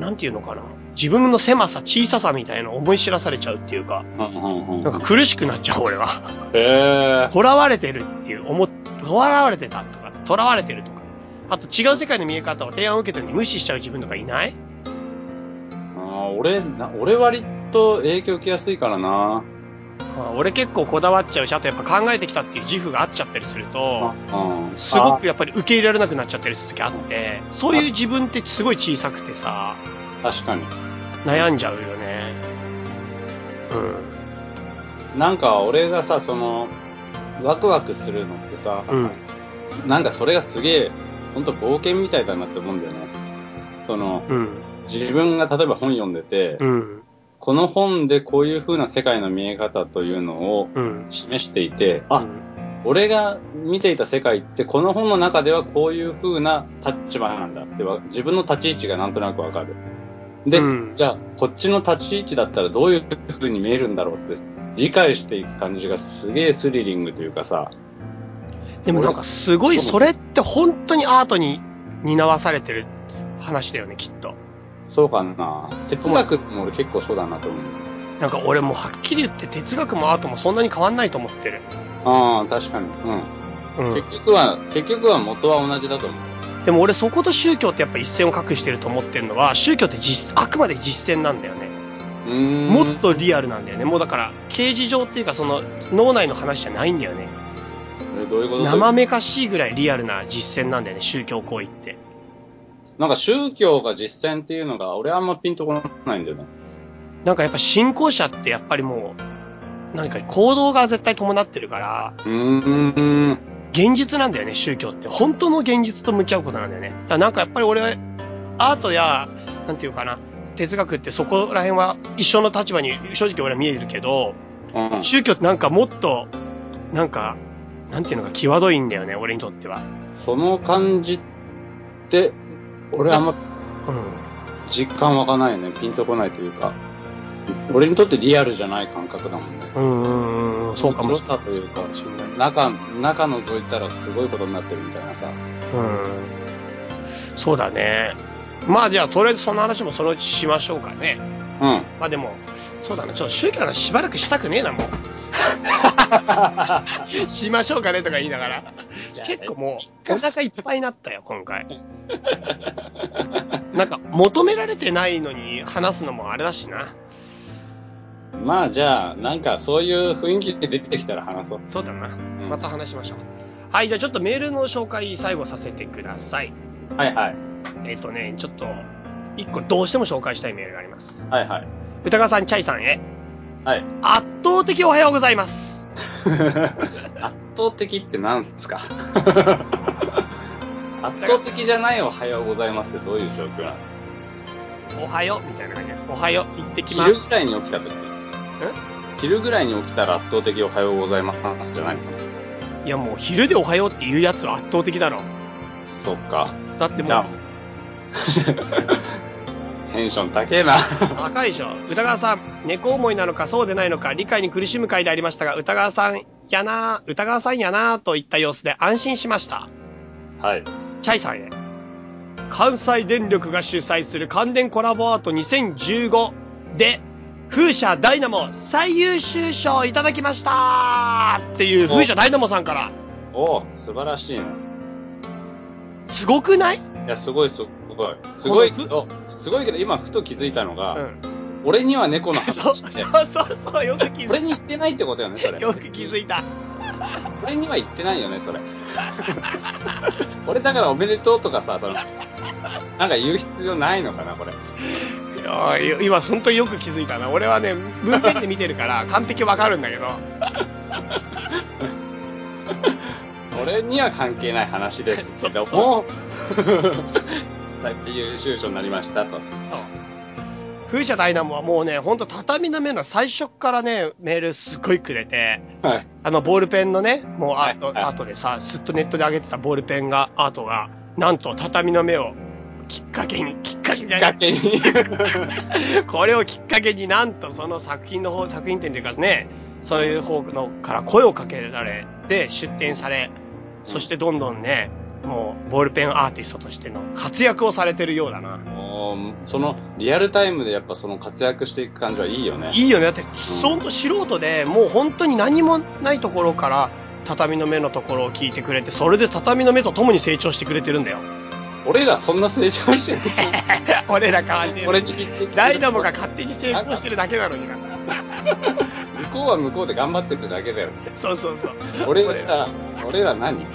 S1: なんていうのかな。自分の狭さ、小ささみたいなのを思い知らされちゃうっていうか、
S2: うんうんう。
S1: なんんか苦しくなっちゃう、俺は。
S2: へえ。
S1: 囚われてるっていう、思っ、囚われてたとか、囚われてるとか。あと違う世界の見え方を提案を受けたのに無視しちゃう自分とかいない
S2: あー俺な、俺割と影響受けやすいからな。
S1: まあ俺結構こだわっちゃうし、あとやっぱ考えてきたっていう自負があっちゃったりすると、
S2: うん。
S1: すごくやっぱり受け入れられなくなっちゃったりする時あって、そういう自分ってすごい小さくてさ、
S2: あ確かに。
S1: 悩んじゃうよね。
S2: なんか俺がさ、その、ワクワクするのってさ、
S1: うん。うん。
S2: なんかそれがすげえ、ほんと冒険みたいだなって思うんだよね。その、
S1: うん。
S2: 自分が例えば本読んでて、
S1: うん。
S2: この本でこういう風な世界の見え方というのを
S1: うん。
S2: 示していて、
S1: う
S2: あ、
S1: ん
S2: 俺が見ていた世界ってこの本の中ではこういう風な立場なんだってわ自分の立ち位置がなんとなくわかる。で、
S1: うん
S2: じゃあこっちの立ち位置だったらどういう風に見えるんだろうって理解していく感じがすげえスリリングというかさ、
S1: でもなんかすごい、それって本当にアートに担わされてる話だよね、きっと。
S2: そうかな。哲学も俺結構そうだなと思う。
S1: なんか俺もうはっきり言って哲学もアートもそんなに変わんないと思ってる。
S2: ああ、確かに。うん。
S1: うん。
S2: 結局は、結局は元は同じだと思う。
S1: でも俺そこと宗教ってやっぱ一線を画してると思ってるのは、宗教って実、あくまで実践なんだよね。
S2: うーん。
S1: もっとリアルなんだよね。もうだから、刑事上っていうかその脳内の話じゃないんだよね。
S2: えどういうこと
S1: 生めかしいぐらいリアルな実践なんだよね、宗教行為って。
S2: なんか宗教が実践っていうのが、俺あんまピンとこないんだよね。
S1: なんかやっぱ信仰者ってやっぱりもう、何か行動が絶対伴ってるから、
S2: うーん。
S1: 現実なんだよね、宗教って。本当の現実と向き合うことなんだよね。だからなんかやっぱり俺は、アートや、なんていうかな、哲学ってそこら辺は一緒の立場に正直俺は見えるけど、
S2: うん。
S1: 宗教ってなんかもっと、なんか、なんていうのか際どいんだよね、俺にとっては。
S2: その感じって、俺あんま
S1: うん。
S2: 実感湧かないよね。ピンとこないというか。俺にとってリアルじゃない感覚だもんね。
S1: うんうんうん、そうかもしれ
S2: 黒さというか、
S1: ない。
S2: 中、中のぞいたらすごいことになってるみたいなさ。
S1: うん。そうだね。まあじゃあ、とりあえずその話もそのうちしましょうかね。
S2: うん。
S1: まあでも、そうだな、ちょっと宗教の話しばらくしたくねえな、 <laughs> もう。しましょうかねとか言いながら。結構もう、お腹いっぱいになったよ、今回。なんか、求められてないのに話すのもあれだしな。
S2: まあじゃあ、なんかそういう雰囲気で出てきたら話そう。
S1: そうだな。
S2: うん
S1: また話しましょう。はい、じゃあちょっとメールの紹介最後させてください。
S2: はいはい。
S1: えっ、とね、ちょっと、一個どうしても紹介したいメールがあります。<laughs>
S2: はいはい。
S1: 歌川さん、チャイさんへ。
S2: はい。
S1: 圧倒的おはようございます。
S2: 圧倒的って何すか <laughs> 圧倒的じゃないおはようございますってどういう状況なの
S1: おはようみたいな感じで。おはよう、行ってきま
S2: 昼
S1: す。
S2: ぐらいに起きた時昼ぐらいに起きたら圧倒的おはようございますじゃないの
S1: いやもう昼でおはようって言うやつは圧倒的だろ。
S2: そっか。
S1: だっても
S2: じゃあ
S1: <laughs> う、、
S2: テンション高えな。
S1: 赤いでしょ。歌川さん、猫思いなのかそうでないのか理解に苦しむ回でありましたが、歌川さんやなぁ、歌川さんやなぁといった様子で安心しました。
S2: はい。
S1: チャイさんへ。関西電力が主催する関電コラボアート2015で、風車ダイナモ最優秀賞をいただきましたっていう風車ダイナモさんから、
S2: おお素晴らしいね。
S1: すごくない
S2: いや、すごい、すごい。すごいけど、すごいけど、今ふと気づいたのが、
S1: うん。
S2: 俺には猫の
S1: そう <laughs>
S2: 話
S1: そう
S2: って、
S1: そうそう、よく気づ
S2: 俺
S1: い
S2: に言ってないってことよね、それ
S1: た。。よく気づいた。
S2: 俺には言ってないよね、それ。 <laughs> 俺だからおめでとうとかさ、その、なんか言う必要ないのかな、これ。
S1: いやー今、本当によく気づいたな。俺はね、文面で見てる
S2: <laughs>
S1: から、完璧わかるんだけど。
S2: 俺には関係ない
S1: <laughs>
S2: 話ですけども、 <laughs> 最優秀賞になりましたと。
S1: そう。風車ダイナモはもうね、ほんと畳の目の最初っからね、メールすっごいくれて、
S2: はい。
S1: あの、ボールペンのね、もうアート、
S2: はいはい
S1: アートでさ、ずっとネットで上げてたボールペンが、アートが、なんと畳の目をきっかけに、きっかけじゃない。
S2: 崖に。 <laughs>
S1: これをきっかけになんとその作品の方、作品展というかね、そういう方のから声をかけられて出展され、そしてどんどんね、もうボールペンアーティストとしての活躍をされてるようだな。
S2: おーそのリアルタイムでやっぱその活躍していく感じはいいよね。
S1: いいよね。だって、ほんと素人で、もう本当に何もないところから、畳の目のところを聞いてくれて、それで畳の目と共に成長してくれてるんだよ。
S2: 俺らそんな成長
S1: <laughs>
S2: してる。
S1: 俺ら変わんねえな
S2: 俺に匹敵する
S1: ダイナモが勝手に成功してるだけなのにな。
S2: 向こうは向こうで頑張ってるだけだよ。
S1: そうそうそう。
S2: 俺ら、俺ら何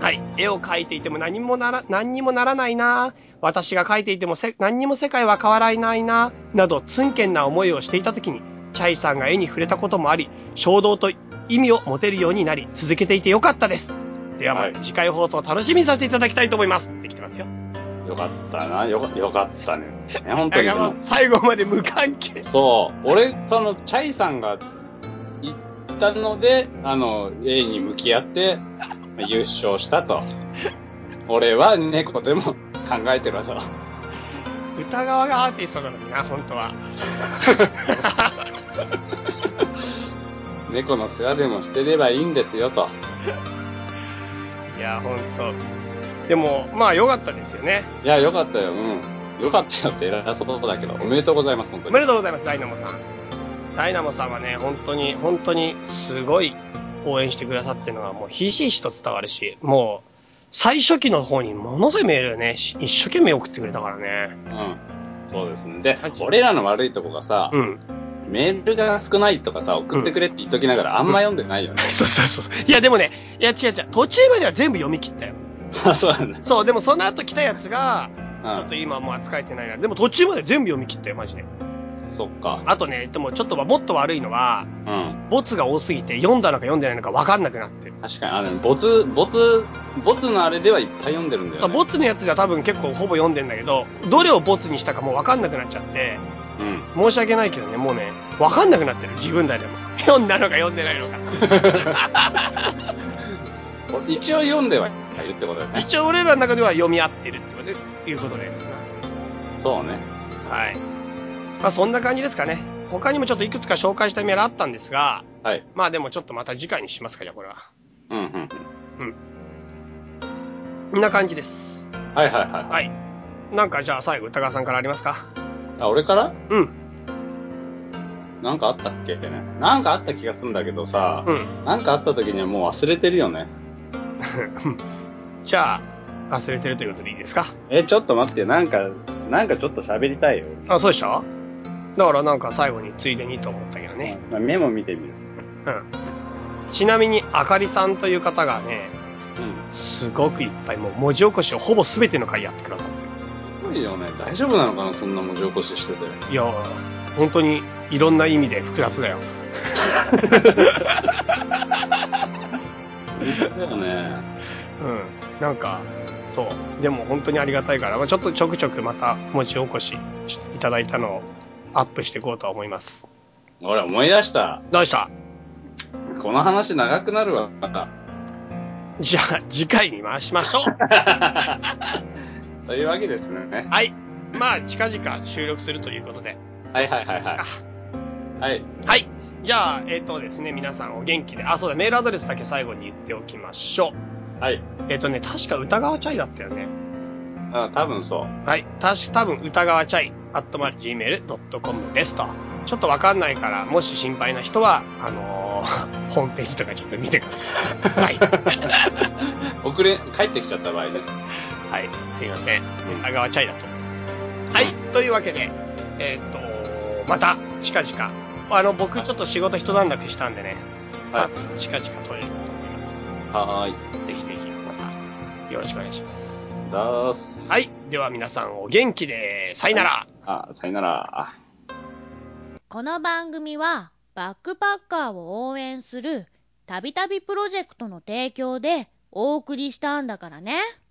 S1: はい。絵を描いていても何もなら、何にもならないな私が描いていてもせ何にも世界は変わらないななど、つんけんな思いをしていた時に、チャイさんが絵に触れたこともあり、衝動と意味を持てるようになり、続けていてよかったです。ではま
S2: は
S1: た次回放送を楽しみにさせていただきたいと思います。ってきてますよ。
S2: よかったな。よか、よかったね。ね本当
S1: だ
S2: に
S1: から
S2: でも。
S1: 最後まで無関係。
S2: そう。俺、その、チャイさんが行ったので、あの、A に向き合って、優勝したと。俺は猫でも考えてるわと。
S1: 歌川がアーティストなのにな、本当は。
S2: 猫の世話でもしてればいいんですよと。
S1: いや、本当でも、まあ良かったですよね。
S2: いや、よかったよ。うん。よかったよって偉そうだけど、おめでとうございます、本当
S1: お
S2: に
S1: め。でとうございます、ダイナモさん。ダイナモさんはね、本当に、本当に、すごい応援してくださってるのが、もう、ひしひしと伝わるし、もう、最初期の方にものすごいメールをね、し一生懸命送ってくれたからね。
S2: うん。そうですね。で
S1: マジ、
S2: 俺らの悪いとこがさ、
S1: うん。 <laughs>
S2: メールが少ないとかさ、送ってくれって言っときながら、あんま読んでないよね。
S1: そうそうそうそう。いや、でもね、いや、違う違う。途中までは全部読み切ったよ。
S2: あ、 <laughs> そうなんだ。
S1: そう、でもその後来たやつが、
S2: うん
S1: ちょっと今はもう扱えてないな。でも途中まで全部読み切ったよ、マジで。
S2: そっか。
S1: あとね、でもちょっとは、もっと悪いのは、
S2: うん。
S1: ボツが多すぎて、読んだのか読んでないのか分かんなくなってる。
S2: 確かに、あの、ボツ、ボツ、ボツのあれではいっぱい読んでるんだよ、ね。
S1: ボツのやつでは多分結構ほぼ読んでんだけど、どれをボツにしたかもう分かんなくなっちゃって、
S2: うん。
S1: 申し訳ないけどね、もうね、分かんなくなってる、自分らでも。読んだのか読んでないのか。
S2: 一応読んではいるってことだよね。
S1: 一応俺らの中では読み合ってるってことでいうことです。
S2: そうね。
S1: はい。まあそんな感じですかね。他にもちょっといくつか紹介したメールあったんですが、
S2: はい。
S1: まあでもちょっとまた次回にしますか、じゃあこれは。
S2: うんうん
S1: こんな感じです。
S2: うん。はいはいは
S1: はい。なんかじゃあ最後、歌川さんからありますか
S2: い。あ、俺から
S1: うん。
S2: なんかあったっけってね。なんかあった気がするんだけどさ、
S1: うん。
S2: なんかあった時にはもう忘れてるよね。
S1: <laughs> じゃあ、忘れてるということでいいですか
S2: え、ちょっと待って、なんか、なんかちょっと喋りたいよ。
S1: あ、そうでしょだからなんか最後についでにと思ったけどね。
S2: まあメモ見てみる。
S1: ちなみに、あかりさんという方がね、
S2: うん。
S1: すごくいっぱい、もう文字起こしをほぼ全ての回やってくださって
S2: すごいよね。大丈夫なのかなそんな文字起こししてて。
S1: る。いやー、本当にいろんな意味で複雑だよ。
S2: だよね。
S1: うん。なんか、そう。でも本当にありがたいから、まあ、ちょっとちょくちょくまた文字起こししていただいたのをアップしていこうとは思います。
S2: 俺思い出した。
S1: どうでした
S2: この話長くなるわ。
S1: じゃあ、次回に回しましょう。
S2: <laughs> というわけですね。
S1: はい。まあ、近々収録するということで。
S2: はいはいはいは
S1: あ
S2: い。はい。
S1: はい。じゃあ、えっ、とですね、皆さんお元気で。あ、そうだ、メールアドレスだけ最後に言っておきましょ
S2: はい。
S1: う。えっ、とね、確か歌川チャイだったよね。
S2: あ多分 <laughs> そう。
S1: はい。たし、多分歌川チャイ、アットマーク gmail.com ですと。ちょっとわかんないから、もし心配な人は、あのー <laughs> ホームページとかちょっと見てくだ
S2: <laughs>
S1: さい。はい。
S2: 遅れ、帰ってきちゃった場合ね。
S1: はい。すいません。歌川チャイだと思います。はい。というわけで、えっ、とまた、近々。あの、僕ちょっと仕事一段落したんでね。まあ
S2: は
S1: 近々撮れるかと思います。
S2: い。はー
S1: ぜひぜひ、また、よろしくお願いします。
S2: い。だーす。
S1: はい。では皆さんお元気で、さよなら。
S2: あ、さよなら。
S3: この番組はバックパッカーを応援するたびたびプロジェクトの提供でお送りしたんだからね。